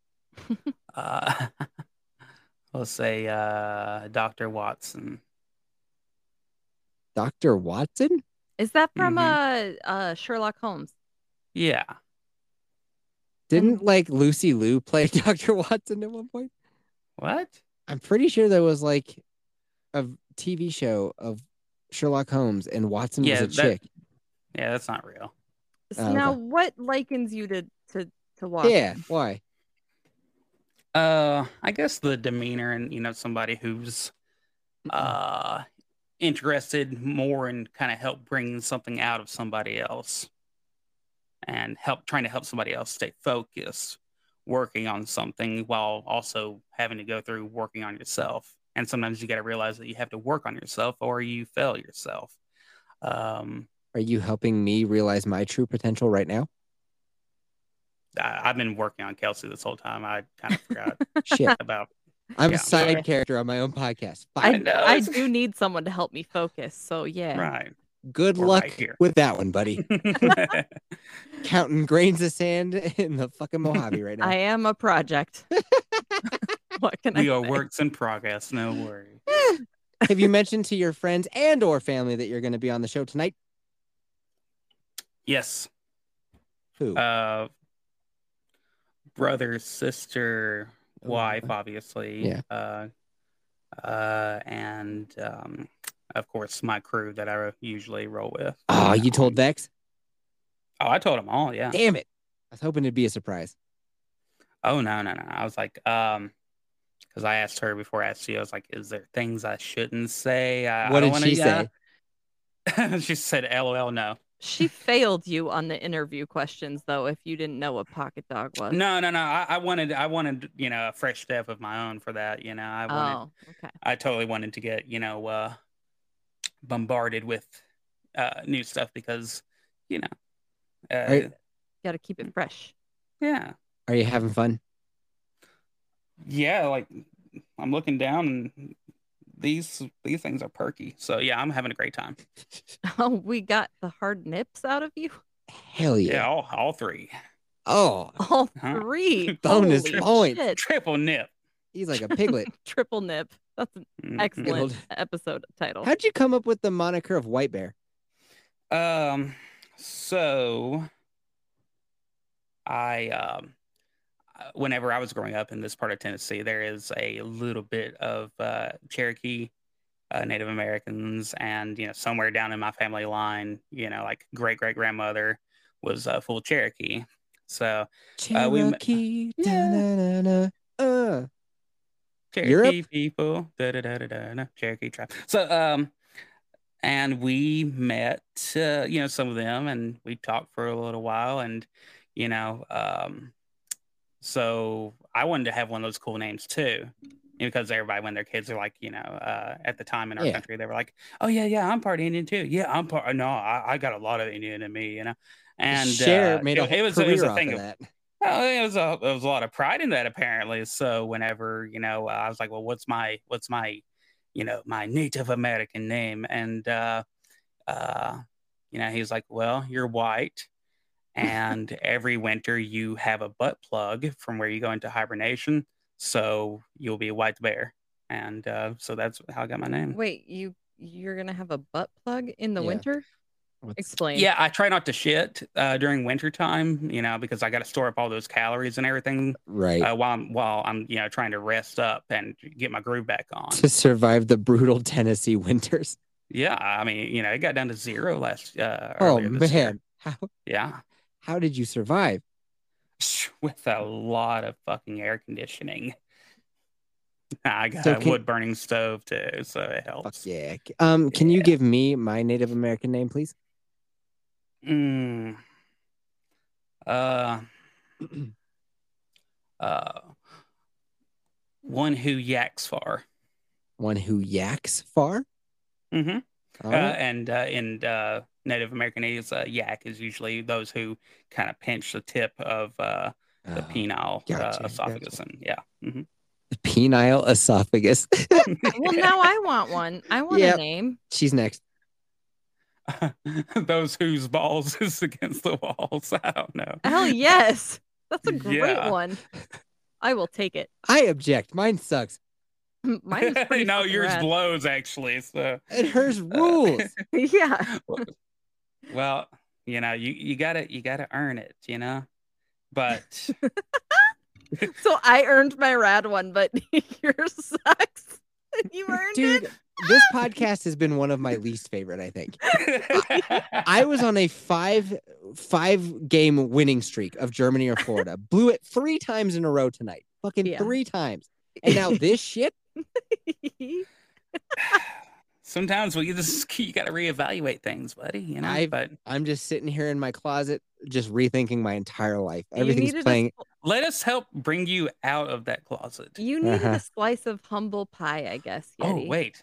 Speaker 2: Uh, we'll say uh, Doctor Watson.
Speaker 1: Dr. Watson?
Speaker 3: Is that from
Speaker 1: Mm-hmm.
Speaker 3: uh, uh Sherlock Holmes?
Speaker 2: Yeah, Mm-hmm.
Speaker 1: Didn't like Lucy Liu play Dr. Watson at one point?
Speaker 2: what?
Speaker 1: I'm pretty sure there was like a TV show of Sherlock Holmes and Watson
Speaker 2: Yeah,
Speaker 1: was a
Speaker 2: that-
Speaker 1: chick.
Speaker 2: Yeah, that's not real.
Speaker 3: So
Speaker 1: Oh, okay.
Speaker 3: now, what likens you to to to Watson?
Speaker 1: Yeah, why?
Speaker 2: Uh, I guess the demeanor and you know somebody who's uh interested more in kind of help bringing something out of somebody else and help trying to help somebody else stay focused working on something while also having to go through working on yourself and sometimes you got to realize that you have to work on yourself or you fail yourself um
Speaker 1: Are you helping me realize my true potential right now?
Speaker 2: I, i've been working on kelsey this whole time i kind of forgot
Speaker 1: Shit,
Speaker 2: about
Speaker 1: I'm
Speaker 2: Yeah,
Speaker 1: a side
Speaker 2: sorry.
Speaker 1: character on my own podcast.
Speaker 3: I,
Speaker 2: I
Speaker 1: Fine.
Speaker 2: know,
Speaker 3: I
Speaker 2: it's-
Speaker 3: do need someone to help me focus. So yeah.
Speaker 2: right
Speaker 1: Good
Speaker 2: We're
Speaker 1: luck
Speaker 2: right here.
Speaker 1: with that one, buddy. Counting grains of sand in the fucking Mojave right now.
Speaker 3: I am a project. what can I?
Speaker 2: we are
Speaker 3: say?
Speaker 2: works in progress no worry
Speaker 1: Have you mentioned to your friends and or family that you're going to be on the show tonight?
Speaker 2: yes
Speaker 1: Who?
Speaker 2: uh brother sister
Speaker 1: Oh,
Speaker 2: wife
Speaker 1: okay.
Speaker 2: obviously
Speaker 1: Yeah.
Speaker 2: uh uh and um of course my crew that i usually roll with
Speaker 1: oh, you told Vex?
Speaker 2: oh i told them all yeah
Speaker 1: Damn it. I was hoping it'd be a surprise.
Speaker 2: oh no no no i was like um because i asked her before i asked you i was like is there things i shouldn't say Uh, I,
Speaker 1: what did
Speaker 2: I don't wanna,
Speaker 1: she
Speaker 2: yeah."
Speaker 1: say?
Speaker 2: she said lol no
Speaker 3: She failed you on the interview questions, though. If you didn't know what pocket dog was.
Speaker 2: no no no I, I wanted i wanted you know a fresh step of my own for that you know i wanted
Speaker 3: Oh, okay.
Speaker 2: I totally wanted to get, you know, uh, bombarded with uh, new stuff because, you know, uh,
Speaker 1: Right.
Speaker 3: Got to keep it fresh.
Speaker 2: yeah,
Speaker 1: Are you having fun?
Speaker 2: yeah. Like I'm looking down and these these things are perky. So yeah, I'm having a great time.
Speaker 3: Oh, we got the hard nips out of you.
Speaker 1: Hell yeah.
Speaker 2: Yeah, all, all three,
Speaker 1: Oh,
Speaker 3: All
Speaker 2: Huh?
Speaker 3: three.
Speaker 1: Bonus
Speaker 3: Holy
Speaker 1: points.
Speaker 3: shit.
Speaker 2: triple nip.
Speaker 1: he's like a piglet.
Speaker 3: Triple nip. That's an
Speaker 2: Mhm.
Speaker 3: excellent
Speaker 1: old-
Speaker 3: episode title.
Speaker 1: How'd you come up with the moniker of White Bear?
Speaker 2: Um, so I um, uh, whenever I was growing up in this part of Tennessee, there is a little bit of uh, Cherokee, uh, Native Americans, and you know somewhere down in my family line, you know, like great great grandmother was uh, full Cherokee. So Uh, we met-
Speaker 1: Cherokee.
Speaker 2: Yeah.
Speaker 1: da-na-na-na, uh.
Speaker 2: Cherokee
Speaker 1: Europe?
Speaker 2: people, da da da da da, da, Cherokee tribe. So, um, and we met, uh, you know, some of them, and we talked for a little while, and you know, um, so I wanted to have one of those cool names too, and because everybody when their kids are like, you know, uh, at the time in our
Speaker 1: Yeah.
Speaker 2: country, they were like, oh yeah, yeah, I'm part Indian too. Yeah, I'm part. No, I, I got a lot of Indian in me, you know. And
Speaker 1: Cher
Speaker 2: uh,
Speaker 1: made a
Speaker 2: it,
Speaker 1: whole
Speaker 2: it was
Speaker 1: career
Speaker 2: it was a
Speaker 1: off
Speaker 2: thing
Speaker 1: of
Speaker 2: of
Speaker 1: that.
Speaker 2: well, it was a it was a lot of pride in that apparently. So whenever you know, I was like, well, what's my what's my you know my Native American name? And uh, uh, you know, he was like, well, you're white, and every winter you have a butt plug from where you go into hibernation, so you'll be a white bear. And uh, so that's how I got my name.
Speaker 3: Wait, you you're gonna have a butt plug in the
Speaker 1: Yeah.
Speaker 3: winter?
Speaker 1: What's-
Speaker 3: Explain.
Speaker 2: Yeah, I try not to shit uh, during winter time, you know, because I got to store up all those calories and everything
Speaker 1: Right.
Speaker 2: uh, while I'm while I'm you know trying to rest up and get my groove back on.
Speaker 1: to survive the brutal Tennessee winters.
Speaker 2: yeah, I mean you know it got down to zero last. Uh,
Speaker 1: Oh
Speaker 2: earlier this year.
Speaker 1: man, how
Speaker 2: yeah,
Speaker 1: how did you survive?
Speaker 2: with a lot of fucking air conditioning. I got
Speaker 1: So
Speaker 2: a
Speaker 1: can-
Speaker 2: wood burning stove too, so
Speaker 1: Fuck
Speaker 2: it helps.
Speaker 1: yeah. Um, can you give me my Native American name, please?
Speaker 2: Mm. Uh, uh, one who yaks far.
Speaker 1: One who yaks far.
Speaker 2: hmm
Speaker 1: All
Speaker 2: Uh,
Speaker 1: right.
Speaker 2: and uh, in uh, Native American is uh, yak is usually those who kind of pinch the tip of uh, the
Speaker 1: Oh,
Speaker 2: penile
Speaker 1: gotcha,
Speaker 2: uh, esophagus, and yeah. mhm.
Speaker 1: the penile esophagus.
Speaker 3: Well, now I want one. I want
Speaker 1: Yep.
Speaker 3: a name.
Speaker 1: She's next.
Speaker 2: those whose balls is against the walls. I don't know.
Speaker 3: Hell yes, that's a great
Speaker 2: Yeah.
Speaker 3: one. I will take it.
Speaker 1: I object. Mine sucks.
Speaker 3: Mine is pretty.
Speaker 2: no,
Speaker 3: fucking
Speaker 2: yours
Speaker 3: rad.
Speaker 2: blows actually. So
Speaker 1: And hers rules.
Speaker 3: yeah.
Speaker 2: well, you know, you you gotta you gotta earn it, you know. But
Speaker 3: So I earned my rad one, but yours sucks. you earned
Speaker 1: Dude,
Speaker 3: it.
Speaker 1: this podcast has been one of my least favorite, I think. I was on a five five game winning streak of Germany or Florida. Blew it three times in a row tonight. Fucking
Speaker 3: Yeah.
Speaker 1: three times. And now this shit.
Speaker 2: Sometimes well, you just you got to reevaluate things, buddy. You know,
Speaker 1: I've-
Speaker 2: but
Speaker 1: I'm just sitting here in my closet, just rethinking my entire life.
Speaker 3: You
Speaker 1: Everything's
Speaker 3: needed a
Speaker 1: playing.
Speaker 2: let us help bring you out of that closet.
Speaker 3: You needed
Speaker 1: Uh-huh.
Speaker 3: a slice of humble pie, I guess.
Speaker 2: Oh
Speaker 3: Yeti.
Speaker 2: wait,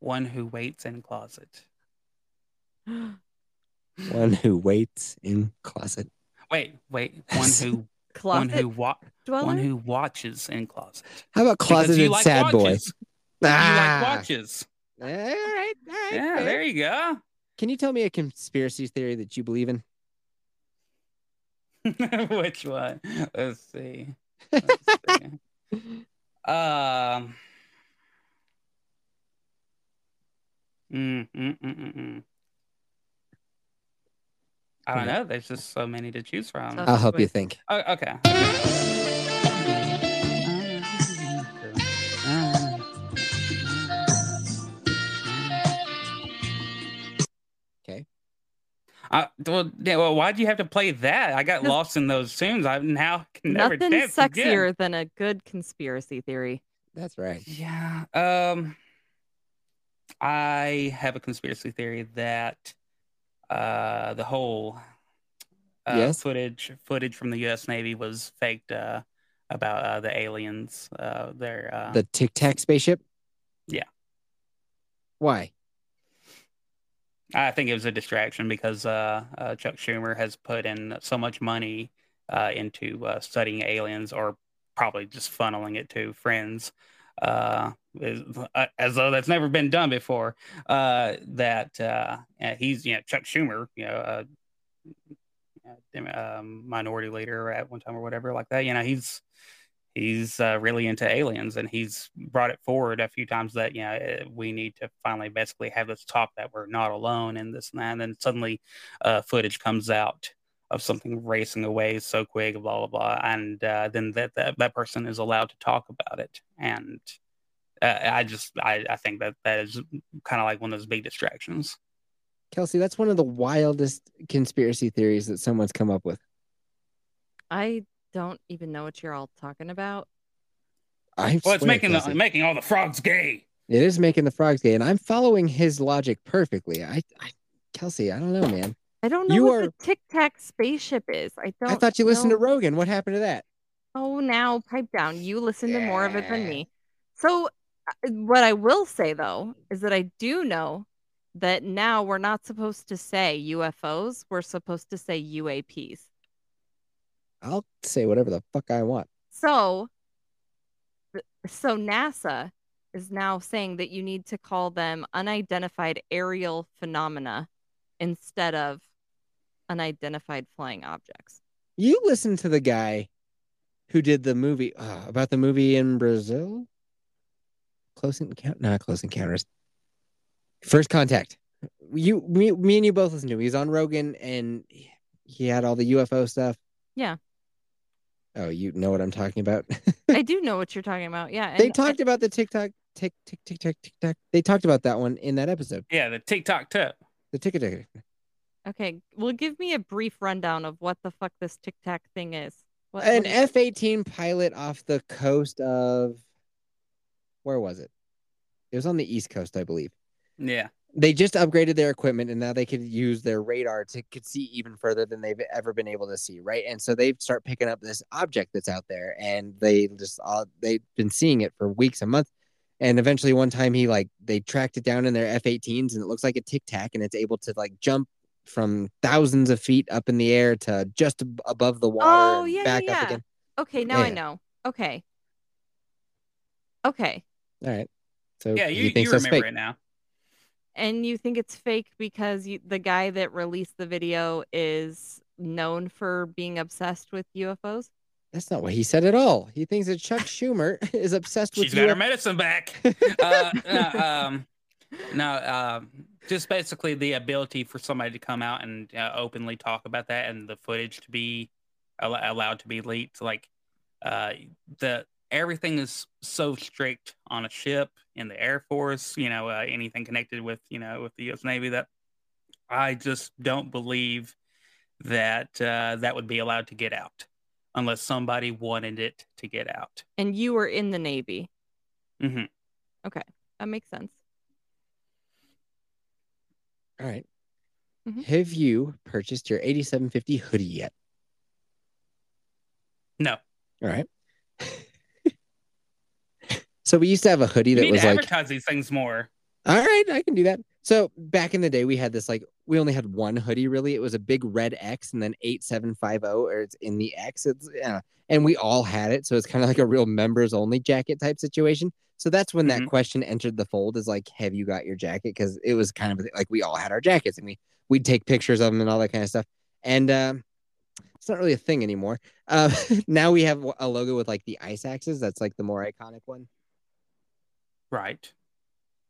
Speaker 2: one who waits in closet.
Speaker 1: One who waits in closet.
Speaker 2: Wait, wait, one who one
Speaker 3: Closet
Speaker 2: who wa-
Speaker 3: dweller.
Speaker 2: one who watches in closet.
Speaker 1: How about
Speaker 2: Because
Speaker 1: closeted
Speaker 2: you like
Speaker 1: sad boy? Ah.
Speaker 2: watches. You like watches.
Speaker 1: All right, all right.
Speaker 2: Yeah,
Speaker 1: fair.
Speaker 2: there you go.
Speaker 1: Can you tell me a conspiracy theory that you believe in?
Speaker 2: Which one? Let's see. Let's see. um. Mm, mm, mm, mm, mm. I don't
Speaker 1: Okay.
Speaker 2: know. There's just so many to choose from.
Speaker 3: Tough.
Speaker 1: I'll help you
Speaker 3: Wait.
Speaker 1: think.
Speaker 2: Oh, okay.
Speaker 1: Okay.
Speaker 2: Uh, well, yeah, well, why'd you have to play that? I got
Speaker 3: 'Cause-
Speaker 2: lost in those tunes. I now can never
Speaker 3: Nothing
Speaker 2: dance
Speaker 3: sexier
Speaker 2: again.
Speaker 3: than a good conspiracy theory.
Speaker 1: That's right.
Speaker 2: Yeah. Um, I have a conspiracy theory that uh, the whole uh,
Speaker 1: Yes?
Speaker 2: footage footage from the U.S. Navy was faked uh, about uh, the aliens. Uh, their uh,
Speaker 1: The Tic Tac spaceship.
Speaker 2: Yeah.
Speaker 1: Why?
Speaker 2: I think it was a distraction because uh, uh, Chuck Schumer has put in so much money uh, into uh, studying aliens, or probably just funneling it to friends, uh, as, uh, as though that's never been done before. Uh, that uh, and he's you know Chuck Schumer, you know, uh, uh, dem- um, minority leader at one time or whatever like that. You know, he's he's uh, really into aliens, and he's brought it forward a few times that you know eh, we need to finally basically have this talk that we're not alone and this and that. And then suddenly, uh, footage comes out of something racing away so quick, blah blah blah, and uh, then that, that that person is allowed to talk about it and. Uh, I just I, I think that that is kind of like one of those big distractions.
Speaker 1: Kelsey, that's one of the wildest conspiracy theories that someone's come up with.
Speaker 3: I don't even know what you're all talking about.
Speaker 1: I
Speaker 2: Well, it's
Speaker 1: swear,
Speaker 2: making the,
Speaker 1: Kelsey.
Speaker 2: making all the frogs gay.
Speaker 1: it is making the frogs gay, and I'm following his logic perfectly. I, I Kelsey, I don't know, man.
Speaker 3: I don't know
Speaker 1: You
Speaker 3: what
Speaker 1: are-
Speaker 3: the Tic Tac spaceship is. I don't.
Speaker 1: I thought you listened
Speaker 3: know.
Speaker 1: to Rogan. What happened to that?
Speaker 3: Oh, now pipe down. You listen to more of it than
Speaker 1: Yeah.
Speaker 3: me. So, uh, what I will say though is that I do know that now we're not supposed to say UFOs. We're supposed to say UAPs.
Speaker 1: I'll say whatever the fuck I want.
Speaker 3: So, th- so NASA is now saying that you need to call them unidentified aerial phenomena instead of unidentified flying objects.
Speaker 1: You listen to the guy who did the movie uh, about the movie in Brazil. Close encounter, not close encounters. First contact. You, me, me, and you both listened to. Him. He was on Rogan, and he- he had all the UFO stuff.
Speaker 3: Yeah.
Speaker 1: Oh, you know what I'm talking about.
Speaker 3: I do know what you're talking about. Yeah,
Speaker 1: they
Speaker 3: and-
Speaker 1: talked about the TikTok, tick, tick, tick, tick, tick, tick. They talked about that one in that episode.
Speaker 2: Yeah, the TikTok tip.
Speaker 1: The tick, tick.
Speaker 3: Okay, well, give me a brief rundown of what the fuck this tic tac thing is. What,
Speaker 1: An
Speaker 3: what is-
Speaker 1: F 18 pilot off the coast of where was it? It was on the East Coast, I believe.
Speaker 2: Yeah.
Speaker 1: They just upgraded their equipment and now they could use their radar to could see even further than they've ever been able to see, right? And so they start picking up this object that's out there and they just all they've been seeing it for weeks and months. And eventually one time he like they tracked it down in their F 18s and it looks like a tic tac and it's able to like jump from thousands of feet up in the air to just ab- above the water
Speaker 3: Oh,
Speaker 1: and
Speaker 3: yeah, yeah,
Speaker 1: back up
Speaker 3: yeah.
Speaker 1: again.
Speaker 3: Okay, now I
Speaker 1: Yeah.
Speaker 3: know. Okay. Okay.
Speaker 1: All right. So
Speaker 2: Yeah, you,
Speaker 1: he
Speaker 2: you
Speaker 1: thinks that's
Speaker 2: remember
Speaker 1: fake.
Speaker 2: it now.
Speaker 3: And you think it's fake because you, the guy that released the video is known for being obsessed with UFOs?
Speaker 1: That's not what he said at all. He thinks that Chuck Schumer is obsessed with
Speaker 2: She's got her
Speaker 1: UFO
Speaker 2: medicine back. uh, no, um, no um, just basically the ability for somebody to come out and uh, openly talk about that, and the footage to be al- allowed to be leaked. Like uh, the everything is so strict on a ship in the Air Force. You know, uh, anything connected with you know with the U.S. Navy that I just don't believe that uh, that would be allowed to get out unless somebody wanted it to get out.
Speaker 3: And you were in the Navy.
Speaker 2: Mhm.
Speaker 3: Okay. That makes sense.
Speaker 1: All right.
Speaker 3: Mhm.
Speaker 1: Have you purchased your 8750 hoodie yet?
Speaker 2: No.
Speaker 1: All right. so we used to have a hoodie
Speaker 2: You
Speaker 1: that
Speaker 2: need
Speaker 1: was
Speaker 2: to
Speaker 1: like
Speaker 2: advertise these things more.
Speaker 1: All right, I can do that. So back in the day, we had this like we only had one hoodie really. It was a big red X and then eight seven five zero, or it's in the X. It's yeah, and we all had it, so it's kind of like a real members only jacket type situation. So that's when
Speaker 3: Mm-hmm.
Speaker 1: that
Speaker 2: Mhm.
Speaker 1: question entered the fold: is like, have you got your jacket? Because it was kind of like we all had our jackets, and we we'd take pictures of them and all that kind of stuff. And um, it's not really a thing anymore. Uh, now we have a logo with like the ice axes. That's like the more iconic one.
Speaker 2: Right.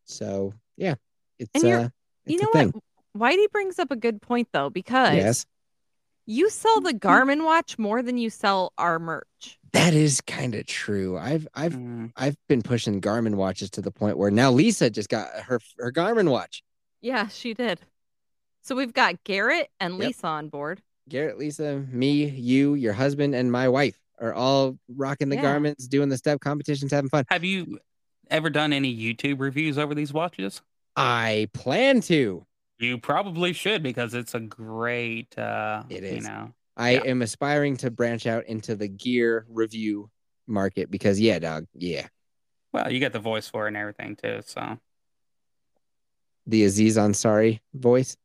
Speaker 1: So yeah, it's
Speaker 3: And you're-
Speaker 1: uh,
Speaker 3: You
Speaker 1: it's
Speaker 3: know
Speaker 1: a thing.
Speaker 3: what? Whitey brings up a good point though, because
Speaker 1: Yes. Mm-hmm.
Speaker 3: you sell the Garmin watch more than you sell our merch.
Speaker 1: That is kind of true. I've I've
Speaker 2: Mm.
Speaker 1: I've been pushing Garmin watches to the point where now Lisa just got her her Garmin watch.
Speaker 3: Yeah, she did. So we've got Garrett and
Speaker 1: Yep.
Speaker 3: Lisa on board.
Speaker 1: Garrett, Lisa, me, you, your husband, and my wife are all rocking the
Speaker 3: Yeah.
Speaker 1: garments, doing the step competitions, having fun.
Speaker 2: Have you ever done any YouTube reviews over these watches?
Speaker 1: I plan to.
Speaker 2: You probably should because it's a great. Uh,
Speaker 1: It
Speaker 2: You
Speaker 1: is.
Speaker 2: know.
Speaker 1: I
Speaker 2: Yeah.
Speaker 1: am aspiring to branch out into the gear review market because yeah, dog, yeah.
Speaker 2: Well, you got the voice for it and everything too. So
Speaker 1: The Aziz Ansari voice.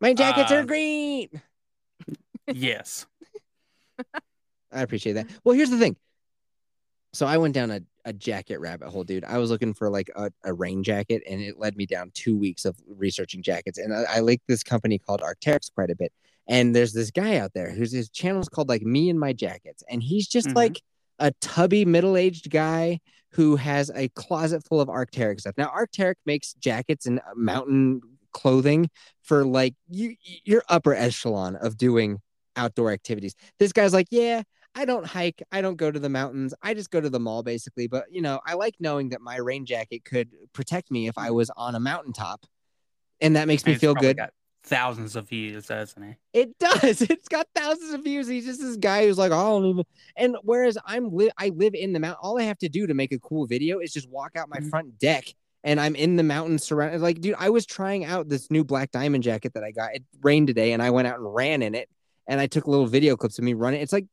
Speaker 1: My jackets
Speaker 2: Uh,
Speaker 1: are green.
Speaker 2: yes.
Speaker 1: I appreciate that. Well, here's the thing. So I went down a, a jacket rabbit hole, dude. I was looking for like a, a rain jacket, and it led me down two weeks of researching jackets. And I, I like this company called Arcteryx quite a bit. And there's this guy out there whose his channel's called like Me and My Jackets, and he's just
Speaker 2: Mhm.
Speaker 1: like a tubby middle aged guy who has a closet full of Arcteryx stuff. Now Arcteryx makes jackets and uh, mountain clothing for like you your upper echelon of doing outdoor activities. This guy's like, yeah, I don't hike. I don't go to the mountains. I just go to the mall basically. But you know, I like knowing that my rain jacket could protect me if I was on a mountaintop. And that makes
Speaker 2: Mm. And
Speaker 1: me
Speaker 2: it's
Speaker 1: feel
Speaker 2: probably
Speaker 1: good.
Speaker 2: Got thousands of views, doesn't it?
Speaker 1: It does. It's got thousands of views. He's just this guy who's like, I don't even. And whereas I'm li- I live in the mountain, all I have to do to make a cool video is just walk out my
Speaker 2: Mhm.
Speaker 1: front deck and I'm in the mountain surrounded. Like, dude, I was trying out this new black diamond jacket that I got. It rained today and I went out and ran in it and I took little video clips of me running. It's like,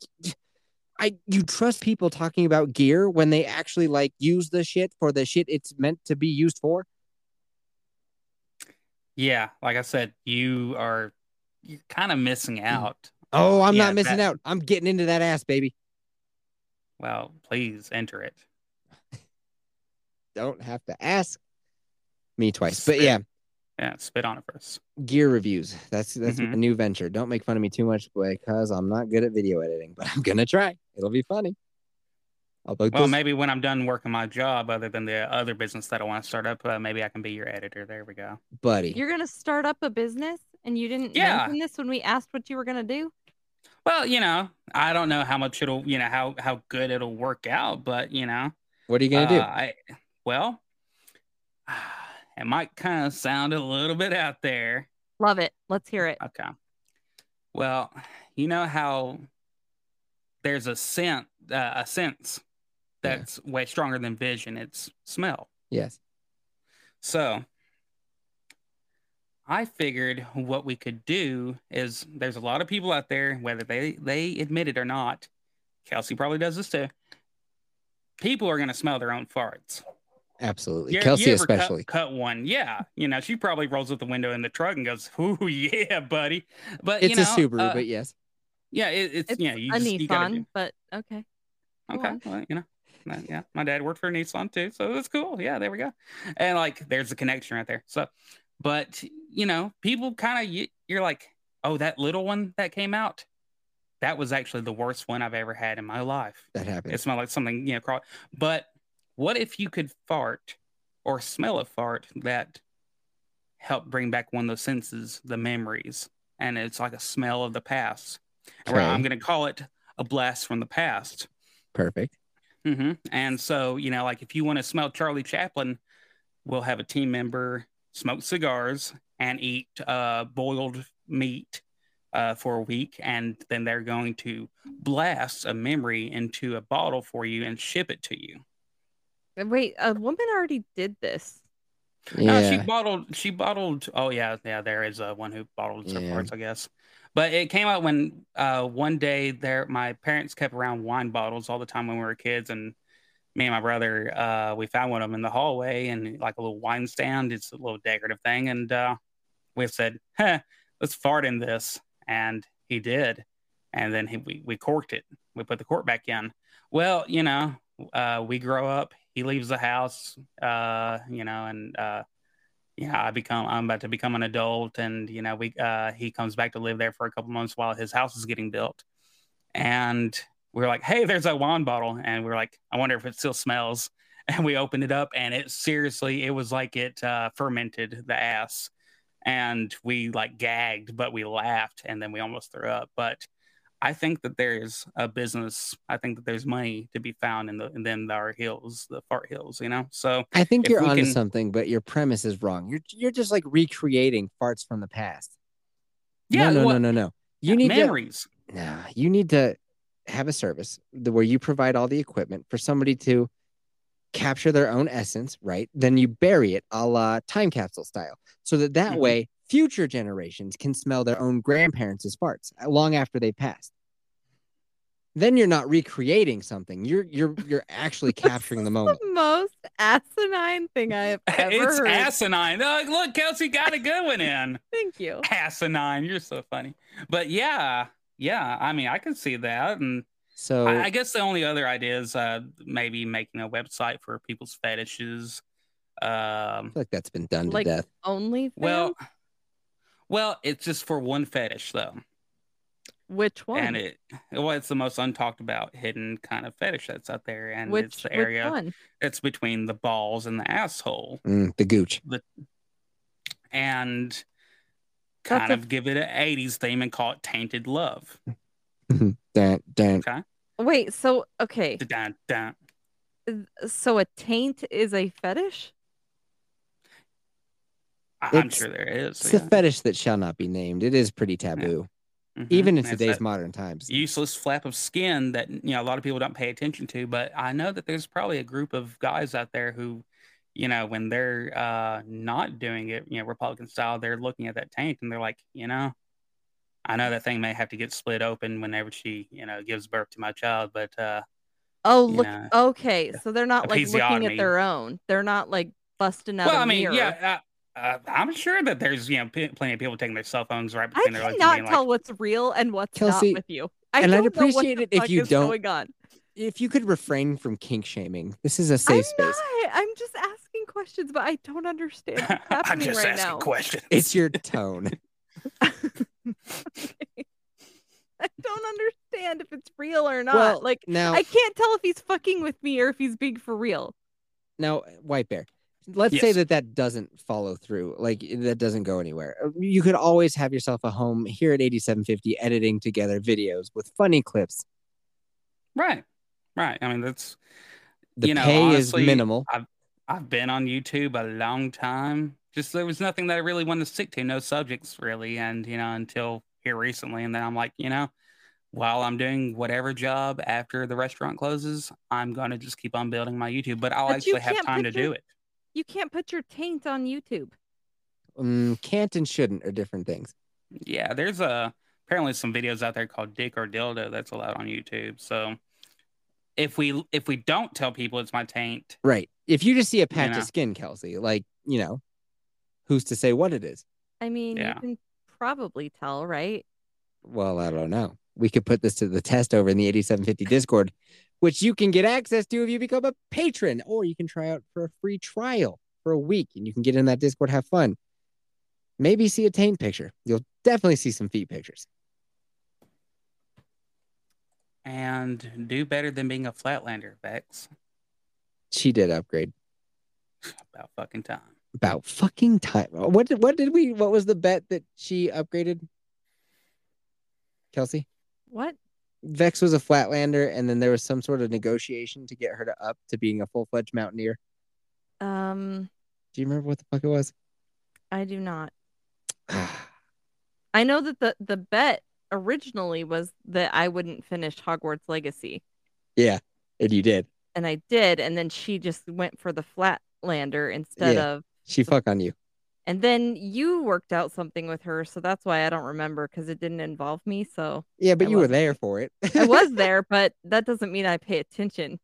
Speaker 1: I you trust people talking about gear when they actually like use the shit for the shit it's meant to be used for.
Speaker 2: Yeah, like I said, you are you're kind of missing out.
Speaker 1: Mm. Oh, I'm
Speaker 2: Yeah,
Speaker 1: not missing
Speaker 2: that-
Speaker 1: out. I'm getting into that ass, baby.
Speaker 2: Well, please enter it.
Speaker 1: Don't have to ask me twice. But
Speaker 2: Spit.
Speaker 1: yeah,
Speaker 2: Yeah, spit on it first.
Speaker 1: gear reviews. That's that's
Speaker 2: Mhm.
Speaker 1: a new venture. Don't make fun of me too much because I'm not good at video editing, but I'm gonna try. It'll be funny. I'll book
Speaker 2: Well,
Speaker 1: this-
Speaker 2: maybe when I'm done working my job, other than the other business that I want to start up, uh, maybe I can be your editor. There we go.
Speaker 1: buddy.
Speaker 3: You're gonna start up a business and you didn't
Speaker 2: Yeah.
Speaker 3: mention this when we asked what you were gonna do?
Speaker 2: Well, you know, I don't know how much it'll, you know, how how good it'll work out, but you know,
Speaker 1: what are you gonna
Speaker 2: uh, I well, it might kind of sound a little bit out there.
Speaker 3: Love it. Let's hear it.
Speaker 2: Okay. Well, you know how there's a scent, uh, a sense
Speaker 1: Yeah.
Speaker 2: that's way stronger than vision. It's smell.
Speaker 1: do? Yes.
Speaker 2: So I figured what we could do is there's a lot of people out there, whether they, they admit it or not, Kelsey probably does this too. People are going to smell their own farts.
Speaker 1: Absolutely.
Speaker 2: You- you
Speaker 1: Kelsey
Speaker 2: ever cut-
Speaker 1: especially.
Speaker 2: Cut, one. Yeah. You know, she probably rolls up the window in the truck and goes, Ooh, yeah, buddy. But
Speaker 1: It's
Speaker 2: you know,
Speaker 1: a Subaru,
Speaker 2: uh,
Speaker 1: but yes.
Speaker 2: yeah, it, it's,
Speaker 3: It's
Speaker 2: yeah, you
Speaker 3: a
Speaker 2: just, you gotta
Speaker 3: Nissan,
Speaker 2: do-
Speaker 3: but okay. Go
Speaker 2: Okay,
Speaker 3: on.
Speaker 2: well, you know, my- yeah, my dad worked for Nissan too, so that's cool. Yeah, there we go. And like, there's the connection right there. So, but you know, people kind of you, you're like, oh, that little one that came out, that was actually the worst one I've ever had in my life.
Speaker 1: That happens.
Speaker 2: It smelled like something, you know, crawl. But what if you could fart or smell a fart that helped bring back one of those senses, the memories, and it's like a smell of the past. Or
Speaker 1: Okay.
Speaker 2: I'm gonna call it a blast from the past
Speaker 1: Perfect.
Speaker 2: hmm And so, you know, like if you want to smell Charlie Chaplin, we'll have a team member smoke cigars and eat uh, boiled meat uh, for a week. And then they're going to blast a memory into a bottle for you and ship it to you.
Speaker 3: Wait, a woman already did this.
Speaker 2: No,
Speaker 1: Yeah.
Speaker 2: she bottled. She bottled. Oh yeah, yeah. There is uh, one who bottled some
Speaker 1: Yeah.
Speaker 2: parts, I guess. But it came out when uh, one day there, my parents kept around wine bottles all the time when we were kids, and me and my brother, uh, we found one of them in the hallway and like a little wine stand. It's a little decorative thing, and uh, we said, huh, "Let's fart in this," and he did, and then he, we we corked it. We put the cork back in. Well, you know, uh, we grow up. He leaves the house, uh, you know, and uh, yeah, I become I'm about to become an adult, and you know, we uh, he comes back to live there for a couple months while his house is getting built, and we're like, hey, there's a wine bottle, and we're like, I wonder if it still smells, and we opened it up, and it seriously, it was like it uh, fermented the ass, and we like gagged, but we laughed, and then we almost threw up, but I think that there's a business. I think that there's money to be found in the in them our hills, the fart hills. You know, so
Speaker 1: I think
Speaker 2: if
Speaker 1: you're
Speaker 2: we
Speaker 1: onto
Speaker 2: can-
Speaker 1: something, but your premise is wrong. You're you're just like recreating farts from the past.
Speaker 2: yeah,
Speaker 1: no, no,
Speaker 2: well,
Speaker 1: no, no, no. You need to
Speaker 2: memories.
Speaker 1: Nah, you need to have a service th- where you provide all the equipment for somebody to capture their own essence, right? Then you bury it a la time capsule style, so that that
Speaker 2: Mhm.
Speaker 1: way future generations can smell their own grandparents' farts uh, long after they passed. Then you're not recreating something. You're you're you're actually capturing the
Speaker 3: The
Speaker 1: moment.
Speaker 3: most asinine thing I have ever
Speaker 2: it's
Speaker 3: heard.
Speaker 2: asinine. Oh, look, Kelsey got a good one in.
Speaker 3: Thank you.
Speaker 2: asinine, you're so funny. But yeah, yeah. I mean, I can see that, and
Speaker 1: So
Speaker 2: I, I guess the only other idea is uh, maybe making a website for people's fetishes. Um,
Speaker 1: feel like that's been done to
Speaker 3: Like-
Speaker 1: death.
Speaker 3: Only
Speaker 2: well, well, it's just for one fetish though.
Speaker 3: which one?
Speaker 2: and it well it's the most untalked about hidden kind of fetish that's out there and
Speaker 3: which,
Speaker 2: it's the
Speaker 3: which
Speaker 2: area
Speaker 3: one?
Speaker 2: it's between the balls and the asshole
Speaker 1: Mm, the gooch.
Speaker 2: and kind
Speaker 3: a-
Speaker 2: of give it an 80s theme and call it tainted love
Speaker 1: Dun, dun.
Speaker 3: Wait, so okay,
Speaker 2: Dun, dun.
Speaker 3: so a taint is a fetish?
Speaker 2: I- i'm
Speaker 1: It's-
Speaker 2: sure there is
Speaker 1: It's
Speaker 2: yeah.
Speaker 1: the fetish that shall not be named. It is pretty taboo,
Speaker 2: Mhm.
Speaker 1: even in
Speaker 2: It's
Speaker 1: today's
Speaker 2: that
Speaker 1: modern times.
Speaker 2: useless flap of skin that you know a lot of people don't pay attention to but i know that there's probably a group of guys out there who you know when they're uh not doing it you know republican style they're looking at that taint and they're like you know i know that thing may have to get split open whenever she you know gives birth to my child but uh
Speaker 3: Oh, look.
Speaker 2: Yeah.
Speaker 3: Okay, so they're not
Speaker 2: A
Speaker 3: like looking at
Speaker 2: episiotomy.
Speaker 3: their own. They're not like busting out.
Speaker 2: well
Speaker 3: a
Speaker 2: i mean
Speaker 3: mirror.
Speaker 2: yeah uh, uh, i'm sure that there's you know p- plenty of people taking their cell phones right
Speaker 3: I
Speaker 2: between their legs and being
Speaker 3: cannot tell
Speaker 2: like
Speaker 3: what's real and what's
Speaker 1: Kelsey,
Speaker 3: not with you. I
Speaker 1: and
Speaker 3: don't
Speaker 1: I'd
Speaker 3: know what
Speaker 1: appreciate
Speaker 3: the
Speaker 1: it if
Speaker 3: fuck
Speaker 1: you
Speaker 3: is
Speaker 1: don't
Speaker 3: Going on.
Speaker 1: if you could refrain from kink shaming, this is a safe
Speaker 3: I'm
Speaker 1: space.
Speaker 3: not. I'm just asking questions, but I don't understand what's
Speaker 2: i'm
Speaker 3: happening
Speaker 2: just
Speaker 3: right
Speaker 2: asking
Speaker 3: now.
Speaker 2: questions
Speaker 1: It's your tone.
Speaker 3: I don't understand if it's real or not.
Speaker 1: Well,
Speaker 3: like,
Speaker 1: now,
Speaker 3: I can't tell if he's fucking with me or if he's being for real.
Speaker 1: now, White Bear. Let's say
Speaker 2: Yes.
Speaker 1: that that doesn't follow through. Like eh, that doesn't go anywhere. Uh, You could always have yourself a home here at 8750 editing together videos with funny clips.
Speaker 2: right right i mean that's
Speaker 1: The
Speaker 2: You know,
Speaker 1: pay
Speaker 2: honestly,
Speaker 1: is minimal.
Speaker 2: I've been on YouTube a long time. Just there was nothing that I really wanted to stick to, no subjects really. And, you know, until here recently. And then I'm like, you know, while I'm doing whatever job after the restaurant closes, I'm going to just keep on building my YouTube, but I'll
Speaker 3: But you
Speaker 2: actually have
Speaker 3: can't
Speaker 2: time
Speaker 3: put
Speaker 2: to
Speaker 3: your-
Speaker 2: do it.
Speaker 3: You can't put your taint on YouTube.
Speaker 1: Mm, can't and shouldn't are different things.
Speaker 2: Yeah, there's a, apparently some videos out there called Dick or Dildo that's allowed on YouTube. So if we if we don't tell people it's my taint,
Speaker 1: Right. If you just see a patch
Speaker 2: know.
Speaker 1: of skin, Kelsey, like you know, who's to say what it is?
Speaker 3: I mean,
Speaker 2: Yeah.
Speaker 3: you can probably tell, right?
Speaker 1: Well, I don't know. We could put this to the test over in the 8750 Discord, which you can get access to if you become a patron, or you can try out for a free trial for a week and you can get in that Discord, have fun. Maybe see a taint picture. You'll definitely see some feet pictures.
Speaker 2: and do better than being a flatlander, Vex.
Speaker 1: She did upgrade
Speaker 2: About fucking time.
Speaker 1: about fucking time. What did, what did we, what was the bet that she upgraded? Kelsey?
Speaker 3: What?
Speaker 1: Vex was a flatlander, and then there was some sort of negotiation to get her to up to being a full fledged mountaineer.
Speaker 3: Um,
Speaker 1: Do you remember what the fuck it was?
Speaker 3: I do not. I know that the the bet originally was that I wouldn't finish Hogwarts Legacy,
Speaker 1: yeah, and you did.
Speaker 3: and I did, and then she just went for the Flatlander instead
Speaker 1: Yeah.
Speaker 3: of.
Speaker 1: She fuck on you.
Speaker 3: And then you worked out something with her, so that's why I don't remember because it didn't involve me. So
Speaker 1: Yeah, but
Speaker 3: I
Speaker 1: you were
Speaker 3: wasn't
Speaker 1: there for it.
Speaker 3: I was there, but that doesn't mean I pay attention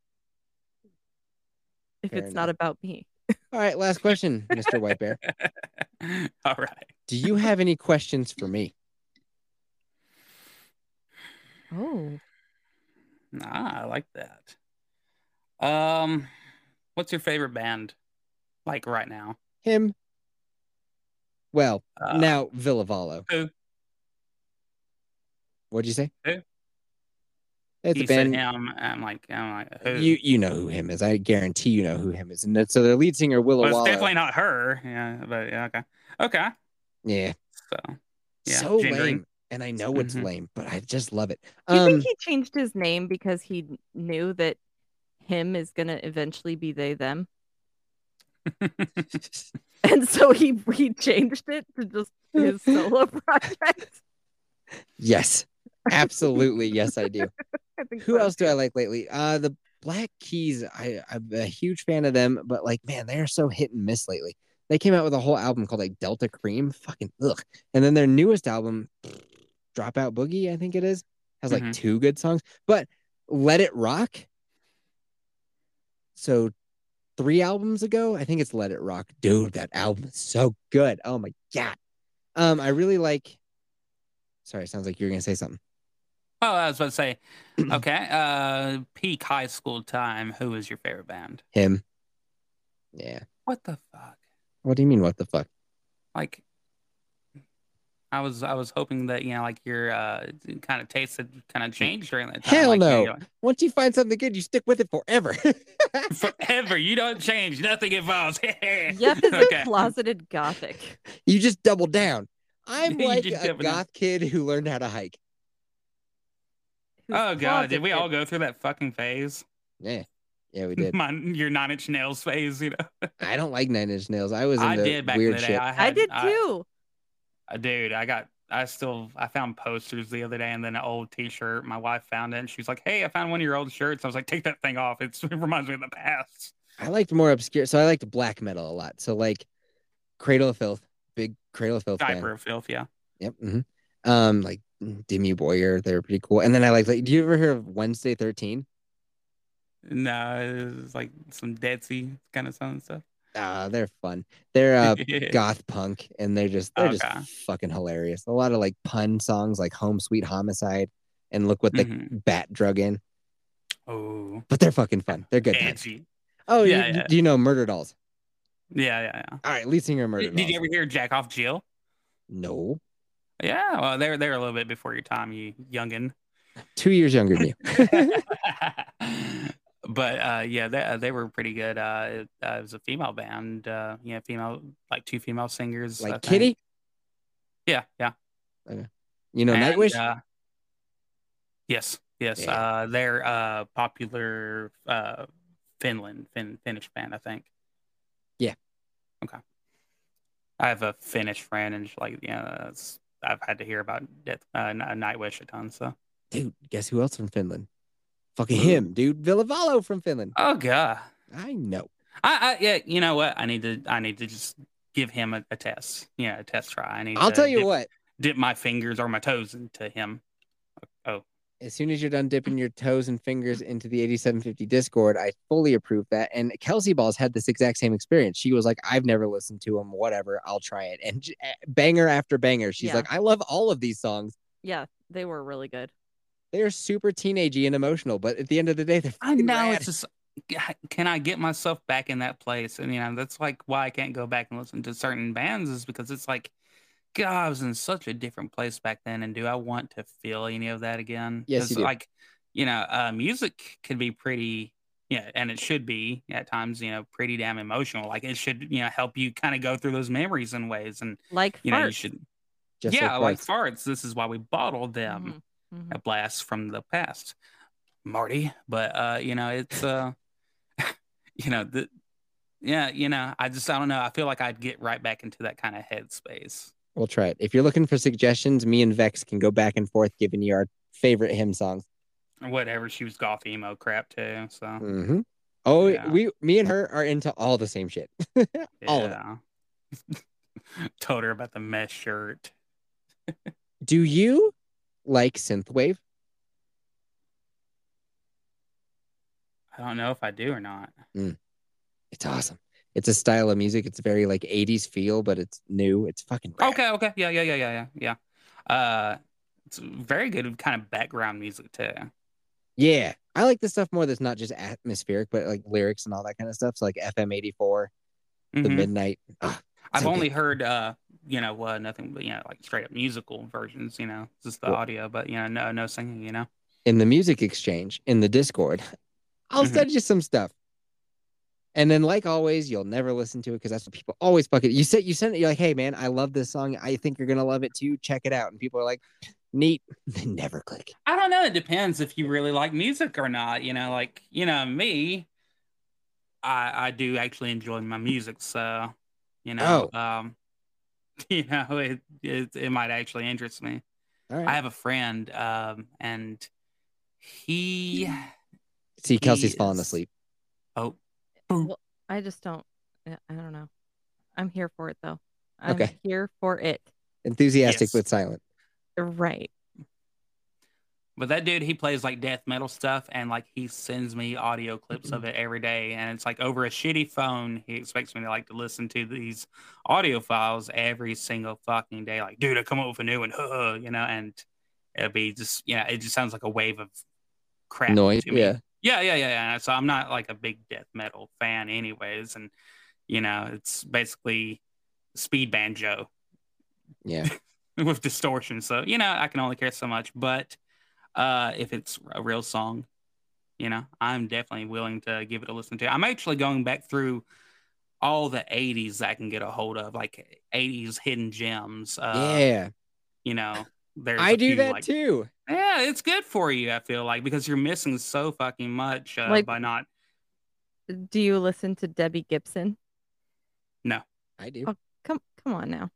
Speaker 3: if
Speaker 1: Fair
Speaker 3: it's not about me.
Speaker 1: All right, last question, Mr. White Bear.
Speaker 2: All right.
Speaker 1: Do you have any questions for me?
Speaker 3: Oh,
Speaker 2: Ah, I like that. Um, what's your favorite band? Like right now?
Speaker 1: Him? Well,
Speaker 2: Uh,
Speaker 1: now Villavallo.
Speaker 2: who?
Speaker 1: What'd you say?
Speaker 2: Who?
Speaker 1: It's a
Speaker 2: you said
Speaker 1: band.
Speaker 2: him. I'm like, I'm like, who?
Speaker 1: You you know who him is. I guarantee you know who him is. And that's, so their lead singer Willow
Speaker 2: well, it's
Speaker 1: Wallow.
Speaker 2: definitely not her. Yeah, but yeah, okay, okay.
Speaker 1: yeah.
Speaker 2: So Yeah,
Speaker 1: So
Speaker 2: Gendry.
Speaker 1: lame. And I know it's
Speaker 2: Mhm.
Speaker 1: lame, but I just love it.
Speaker 3: do you
Speaker 1: Um
Speaker 3: think he changed his name because he kn- knew that him is gonna eventually be they them, and so he he changed it to just his solo project.
Speaker 1: yes. Absolutely, yes, I do.
Speaker 3: I think
Speaker 1: Who
Speaker 3: so.
Speaker 1: else do I like lately? Uh the Black Keys. I, I'm a huge fan of them, but like, man, they are so hit and miss lately. They came out with a whole album called like Delta Cream. Fucking ugh. And then their newest album, Dropout Boogie, I think it is, has like
Speaker 2: Mhm.
Speaker 1: two good songs. But Let It Rock. So three albums ago, I think it's Let It Rock. Dude, that album is so good. Oh my god. Um, I really like. Sorry, sounds like you're gonna say something.
Speaker 2: Oh, I was about to say, okay. Uh, peak high school time. Who is your favorite band?
Speaker 1: Him. Yeah.
Speaker 2: What the fuck?
Speaker 1: What do you mean? What the fuck?
Speaker 2: Like, I was I was hoping that you know like your uh kind of taste had kind of changed during that time.
Speaker 1: Hell
Speaker 2: Like, you
Speaker 1: no.
Speaker 2: know,
Speaker 1: Once you find something good, you stick with it forever.
Speaker 2: forever. You don't change. Nothing evolves.
Speaker 3: Yep, is
Speaker 2: Okay.
Speaker 3: a closeted gothic.
Speaker 1: you just double down. I'm
Speaker 2: You
Speaker 1: like
Speaker 2: just
Speaker 1: a
Speaker 2: double down.
Speaker 1: goth kid who learned how to hike.
Speaker 3: who's
Speaker 2: Oh god, did we all
Speaker 3: closeted.
Speaker 2: go through that fucking phase?
Speaker 1: Yeah. Yeah, we did.
Speaker 2: My, your nine inch nails phase, you know.
Speaker 1: I don't like Nine Inch Nails. I was into
Speaker 2: I did back in
Speaker 1: weird
Speaker 2: the day.
Speaker 1: shit.
Speaker 2: I, had,
Speaker 3: I did too.
Speaker 2: Uh, dude, I got I still I found posters the other day and then an old t-shirt. My wife found it and she's like, "Hey, I found one of your old shirts." I was like, "Take that thing off. It's, it reminds me of the past."
Speaker 1: I liked more obscure. So I liked black metal a lot. So like Cradle of Filth, big Cradle of Filth fan.
Speaker 2: Diaper of filth, yeah.
Speaker 1: Yep. mhm. Um, like Demi Boyer, they were pretty cool. And then I like, like, do you ever hear of Wednesday 13?
Speaker 2: No, it's like some Dead Sea kind of sound stuff.
Speaker 1: Ah, they're fun. They're uh,
Speaker 2: Yeah.
Speaker 1: goth punk and they're just they're
Speaker 2: Okay.
Speaker 1: just fucking hilarious. A lot of like pun songs like Home Sweet Homicide and look what the
Speaker 2: Mhm.
Speaker 1: bat drug in.
Speaker 2: Oh,
Speaker 1: But they're fucking fun. They're good times.
Speaker 2: edgy.
Speaker 1: Oh, you-
Speaker 2: Yeah,
Speaker 1: you,
Speaker 2: yeah.
Speaker 1: do you know Murder Dolls?
Speaker 2: Yeah, yeah, yeah.
Speaker 1: All right, lead singer Murder
Speaker 2: Did, did
Speaker 1: Dolls.
Speaker 2: you ever hear Jack Off Jill?
Speaker 1: No.
Speaker 2: Yeah, well, they're they're a little bit before your time, you youngin.
Speaker 1: Two years younger than you.
Speaker 2: but uh, yeah, they, uh, they were pretty good. Uh, it, uh, it was a female band. Uh, yeah, female like two female singers. I
Speaker 1: like
Speaker 2: think.
Speaker 1: Kitty?
Speaker 2: Yeah, yeah.
Speaker 1: You know
Speaker 2: And,
Speaker 1: Nightwish?
Speaker 2: uh, yes, yes.
Speaker 1: Yeah.
Speaker 2: Uh, they're uh, popular uh, Finland fin- Finnish band, I think.
Speaker 1: Yeah.
Speaker 2: Okay. I have a Finnish friend, and she's like yeah, that's, I've had to hear about Death, uh, N- Nightwish a ton. So
Speaker 1: dude, guess who else from Finland? Fucking
Speaker 2: Who?
Speaker 1: him, dude. Villavallo from Finland.
Speaker 2: oh god.
Speaker 1: I know.
Speaker 2: I, I yeah, you know what? I need to I need to just give him a, a test. Yeah, a test try. I need
Speaker 1: I'll
Speaker 2: to
Speaker 1: tell you
Speaker 2: dip,
Speaker 1: what.
Speaker 2: dip my fingers or my toes into him.
Speaker 1: As soon as you're done dipping your toes and fingers into the 8750 Discord, I fully approve that. And Kelsey Balls had this exact same experience. She was like, I've never listened to them, whatever, I'll try it. And j- eh, banger after banger, she's
Speaker 3: Yeah.
Speaker 1: like, I love all of these songs.
Speaker 3: Yeah, they were really good.
Speaker 1: They are super teenagey and emotional, but at the end of the day, they're
Speaker 2: I
Speaker 1: fucking
Speaker 2: know
Speaker 1: rad.
Speaker 2: it's just g- can I get myself back in that place? And you know, that's like why I can't go back and listen to certain bands is because it's like God, I was in such a different place back then, and do I want to feel any of that again?
Speaker 1: Yes, you
Speaker 2: 'Cause,
Speaker 1: do.
Speaker 2: Like, you know, uh, music can be pretty, yeah, and it should be at times, you know, pretty damn emotional. Like, it should, you know, help you kind of go through those memories in ways, and
Speaker 3: Like
Speaker 2: you know, you
Speaker 3: farts.
Speaker 2: should,
Speaker 1: Just
Speaker 2: yeah,
Speaker 1: like
Speaker 2: like
Speaker 1: farts.
Speaker 2: farts. This is why we bottle them.
Speaker 3: Mhm. Mhm.
Speaker 2: a blast from the past, Marty. But uh, you know, it's uh, you know, the, yeah, you know, I just I don't know. I feel like I'd get right back into that kind of headspace.
Speaker 1: We'll try it. If you're looking for suggestions, me and Vex can go back and forth giving you our favorite hymn songs.
Speaker 2: Whatever she was goth emo crap too. So
Speaker 1: hmm Oh,
Speaker 2: Yeah.
Speaker 1: we, me and her are into all the same shit. all of
Speaker 2: yeah. Told her about the mesh shirt.
Speaker 1: Do you like synthwave?
Speaker 2: I don't know if I do or not.
Speaker 1: It's awesome. It's a style of music. It's very like 80s feel, but it's new. It's fucking rad.
Speaker 2: Okay, okay, yeah, yeah, yeah, yeah, yeah, yeah. Uh, it's very good kind of background music too.
Speaker 1: Yeah. I like the stuff more that's not just atmospheric, but like lyrics and all that kind of stuff. So like FM 84, The
Speaker 2: Mhm.
Speaker 1: Midnight. Ah,
Speaker 2: I've
Speaker 1: so good.
Speaker 2: only heard uh you know uh, nothing but you know like straight up musical versions you know just the
Speaker 1: Well-
Speaker 2: audio but you know no no singing you know
Speaker 1: in the music exchange in the Discord, I'll
Speaker 2: Mhm.
Speaker 1: send you some stuff. And then, like always, you'll never listen to it because that's what people always fucking. You said you sent it. You're like, hey man, I love this song. I think you're gonna love it too. Check it out. And people are like, neat. They never click.
Speaker 2: I don't know it depends if you really like music or not you know like you know me I I do actually enjoy my music so you know um you know it it, it might actually interest me
Speaker 1: All right.
Speaker 2: I have a friend um and he
Speaker 1: See, Kelsey's
Speaker 2: he
Speaker 1: falling
Speaker 2: is-
Speaker 1: asleep.
Speaker 2: oh
Speaker 3: I just don't. eh, I I don't know. I'm here for it though. I'm
Speaker 1: Okay.
Speaker 3: here for it.
Speaker 1: Enthusiastic
Speaker 2: Yes.
Speaker 1: but silent.
Speaker 3: Right.
Speaker 2: But that dude, he plays like death metal stuff, and like he sends me audio clips of it every day, and it's like over a shitty phone. He expects me to like to listen to these audio files every single fucking day. Like, dude, I come up with a new one, huh, you know, and it'll be just yeah, it just sounds like a wave of crap.
Speaker 1: Noise.
Speaker 2: to me.
Speaker 1: Yeah.
Speaker 2: yeah, yeah, yeah, yeah. So I'm not like a big death metal fan, anyways, and you know, it's basically speed banjo
Speaker 1: Yeah.
Speaker 2: with distortion. So you know, I can only care so much. But uh, if it's a real song, you know, I'm definitely willing to give it a listen to. I'm actually going back through all the '80s I can get a hold of, like '80s hidden gems. Uh,
Speaker 1: yeah.
Speaker 2: you know, there's
Speaker 1: I
Speaker 2: a
Speaker 1: do
Speaker 2: few,
Speaker 1: that
Speaker 2: like-
Speaker 1: too.
Speaker 2: Yeah, it's good for you. I feel like because you're missing so fucking much uh,
Speaker 3: Like-
Speaker 2: by not.
Speaker 3: Do you listen to Debbie Gibson?
Speaker 1: I do.
Speaker 3: Oh. Come come on now.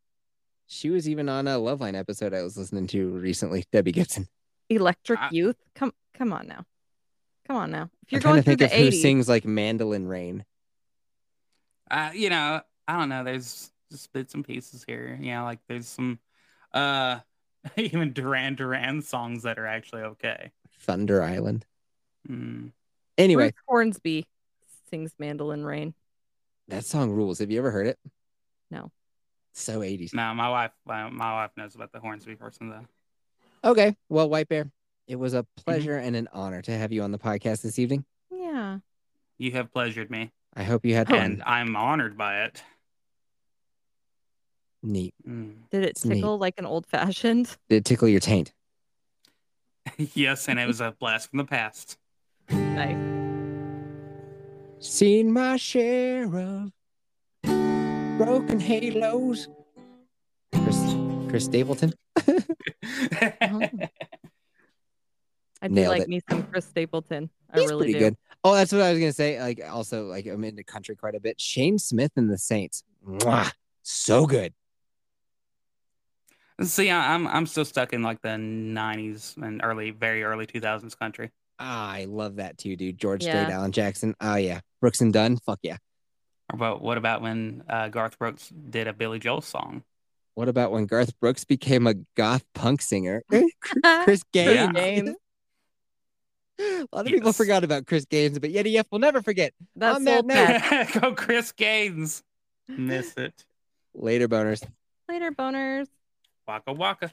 Speaker 1: She was even on a Love Line episode I was listening to recently. Debbie Gibson.
Speaker 3: Electric
Speaker 2: I-
Speaker 3: Youth. Come come on now. Come on now. If you're
Speaker 1: I'm trying
Speaker 3: going
Speaker 1: to
Speaker 3: through
Speaker 1: think
Speaker 3: the
Speaker 1: of who
Speaker 3: 80s,
Speaker 1: sings like Mandolin Rain.
Speaker 2: uh, you know, I don't know. There's just bits and pieces here. You know, like there's some, uh, even Duran Duran songs that are actually okay.
Speaker 1: Thunder Island.
Speaker 2: Mm.
Speaker 1: Anyway,
Speaker 3: Ruth Hornsby sings Mandolin Rain.
Speaker 1: That song rules. Have you ever heard it?
Speaker 3: No.
Speaker 1: So 80s.
Speaker 2: No, my wife, my, my wife knows about the Hornsby person though.
Speaker 1: Okay. Well, White Bear, it was a
Speaker 2: Mm-hmm.
Speaker 1: pleasure and an honor to have you on the podcast this evening.
Speaker 3: Yeah.
Speaker 2: You have pleasured me,
Speaker 1: I hope you had
Speaker 2: and
Speaker 1: fun.
Speaker 2: I'm honored by it.
Speaker 1: Neat.
Speaker 2: Mm.
Speaker 3: Did it
Speaker 1: It's neat.
Speaker 3: tickle like an old fashioned?
Speaker 1: Did it tickle your taint?
Speaker 2: yes, and it was a blast from the past.
Speaker 3: Nice.
Speaker 1: Seen my share of broken halos. Chris, Chris Stapleton.
Speaker 3: I do
Speaker 1: Nailed
Speaker 3: like
Speaker 1: it.
Speaker 3: me some Chris Stapleton. I
Speaker 1: He's
Speaker 3: really
Speaker 1: pretty
Speaker 3: do.
Speaker 1: good. Oh, that's what I was gonna say. Like, also, like I'm into country quite a bit. Shane Smith and the Saints. Mwah. So good.
Speaker 2: See, I, I'm I'm still stuck in like the '90s and early, very early 2000s country.
Speaker 1: Ah, I love that too, dude. George
Speaker 3: Yeah.
Speaker 1: Strait, Alan Jackson. Oh yeah, Brooks and Dunn. Fuck yeah.
Speaker 2: But what about when uh, Garth Brooks did a Billy Joel song?
Speaker 1: What about when Garth Brooks became a goth punk singer?
Speaker 3: Ah, Chris
Speaker 1: Chris Gaines.
Speaker 3: Gaines.
Speaker 1: A lot of people
Speaker 2: Yes.
Speaker 1: forgot about Chris Gaines, but Yeti F will never forget.
Speaker 3: That's
Speaker 1: On
Speaker 3: old
Speaker 1: that note-
Speaker 3: fashioned.
Speaker 2: Go Chris Gaines. Miss it.
Speaker 1: Later, boners.
Speaker 3: Later, boners.
Speaker 2: Waka waka.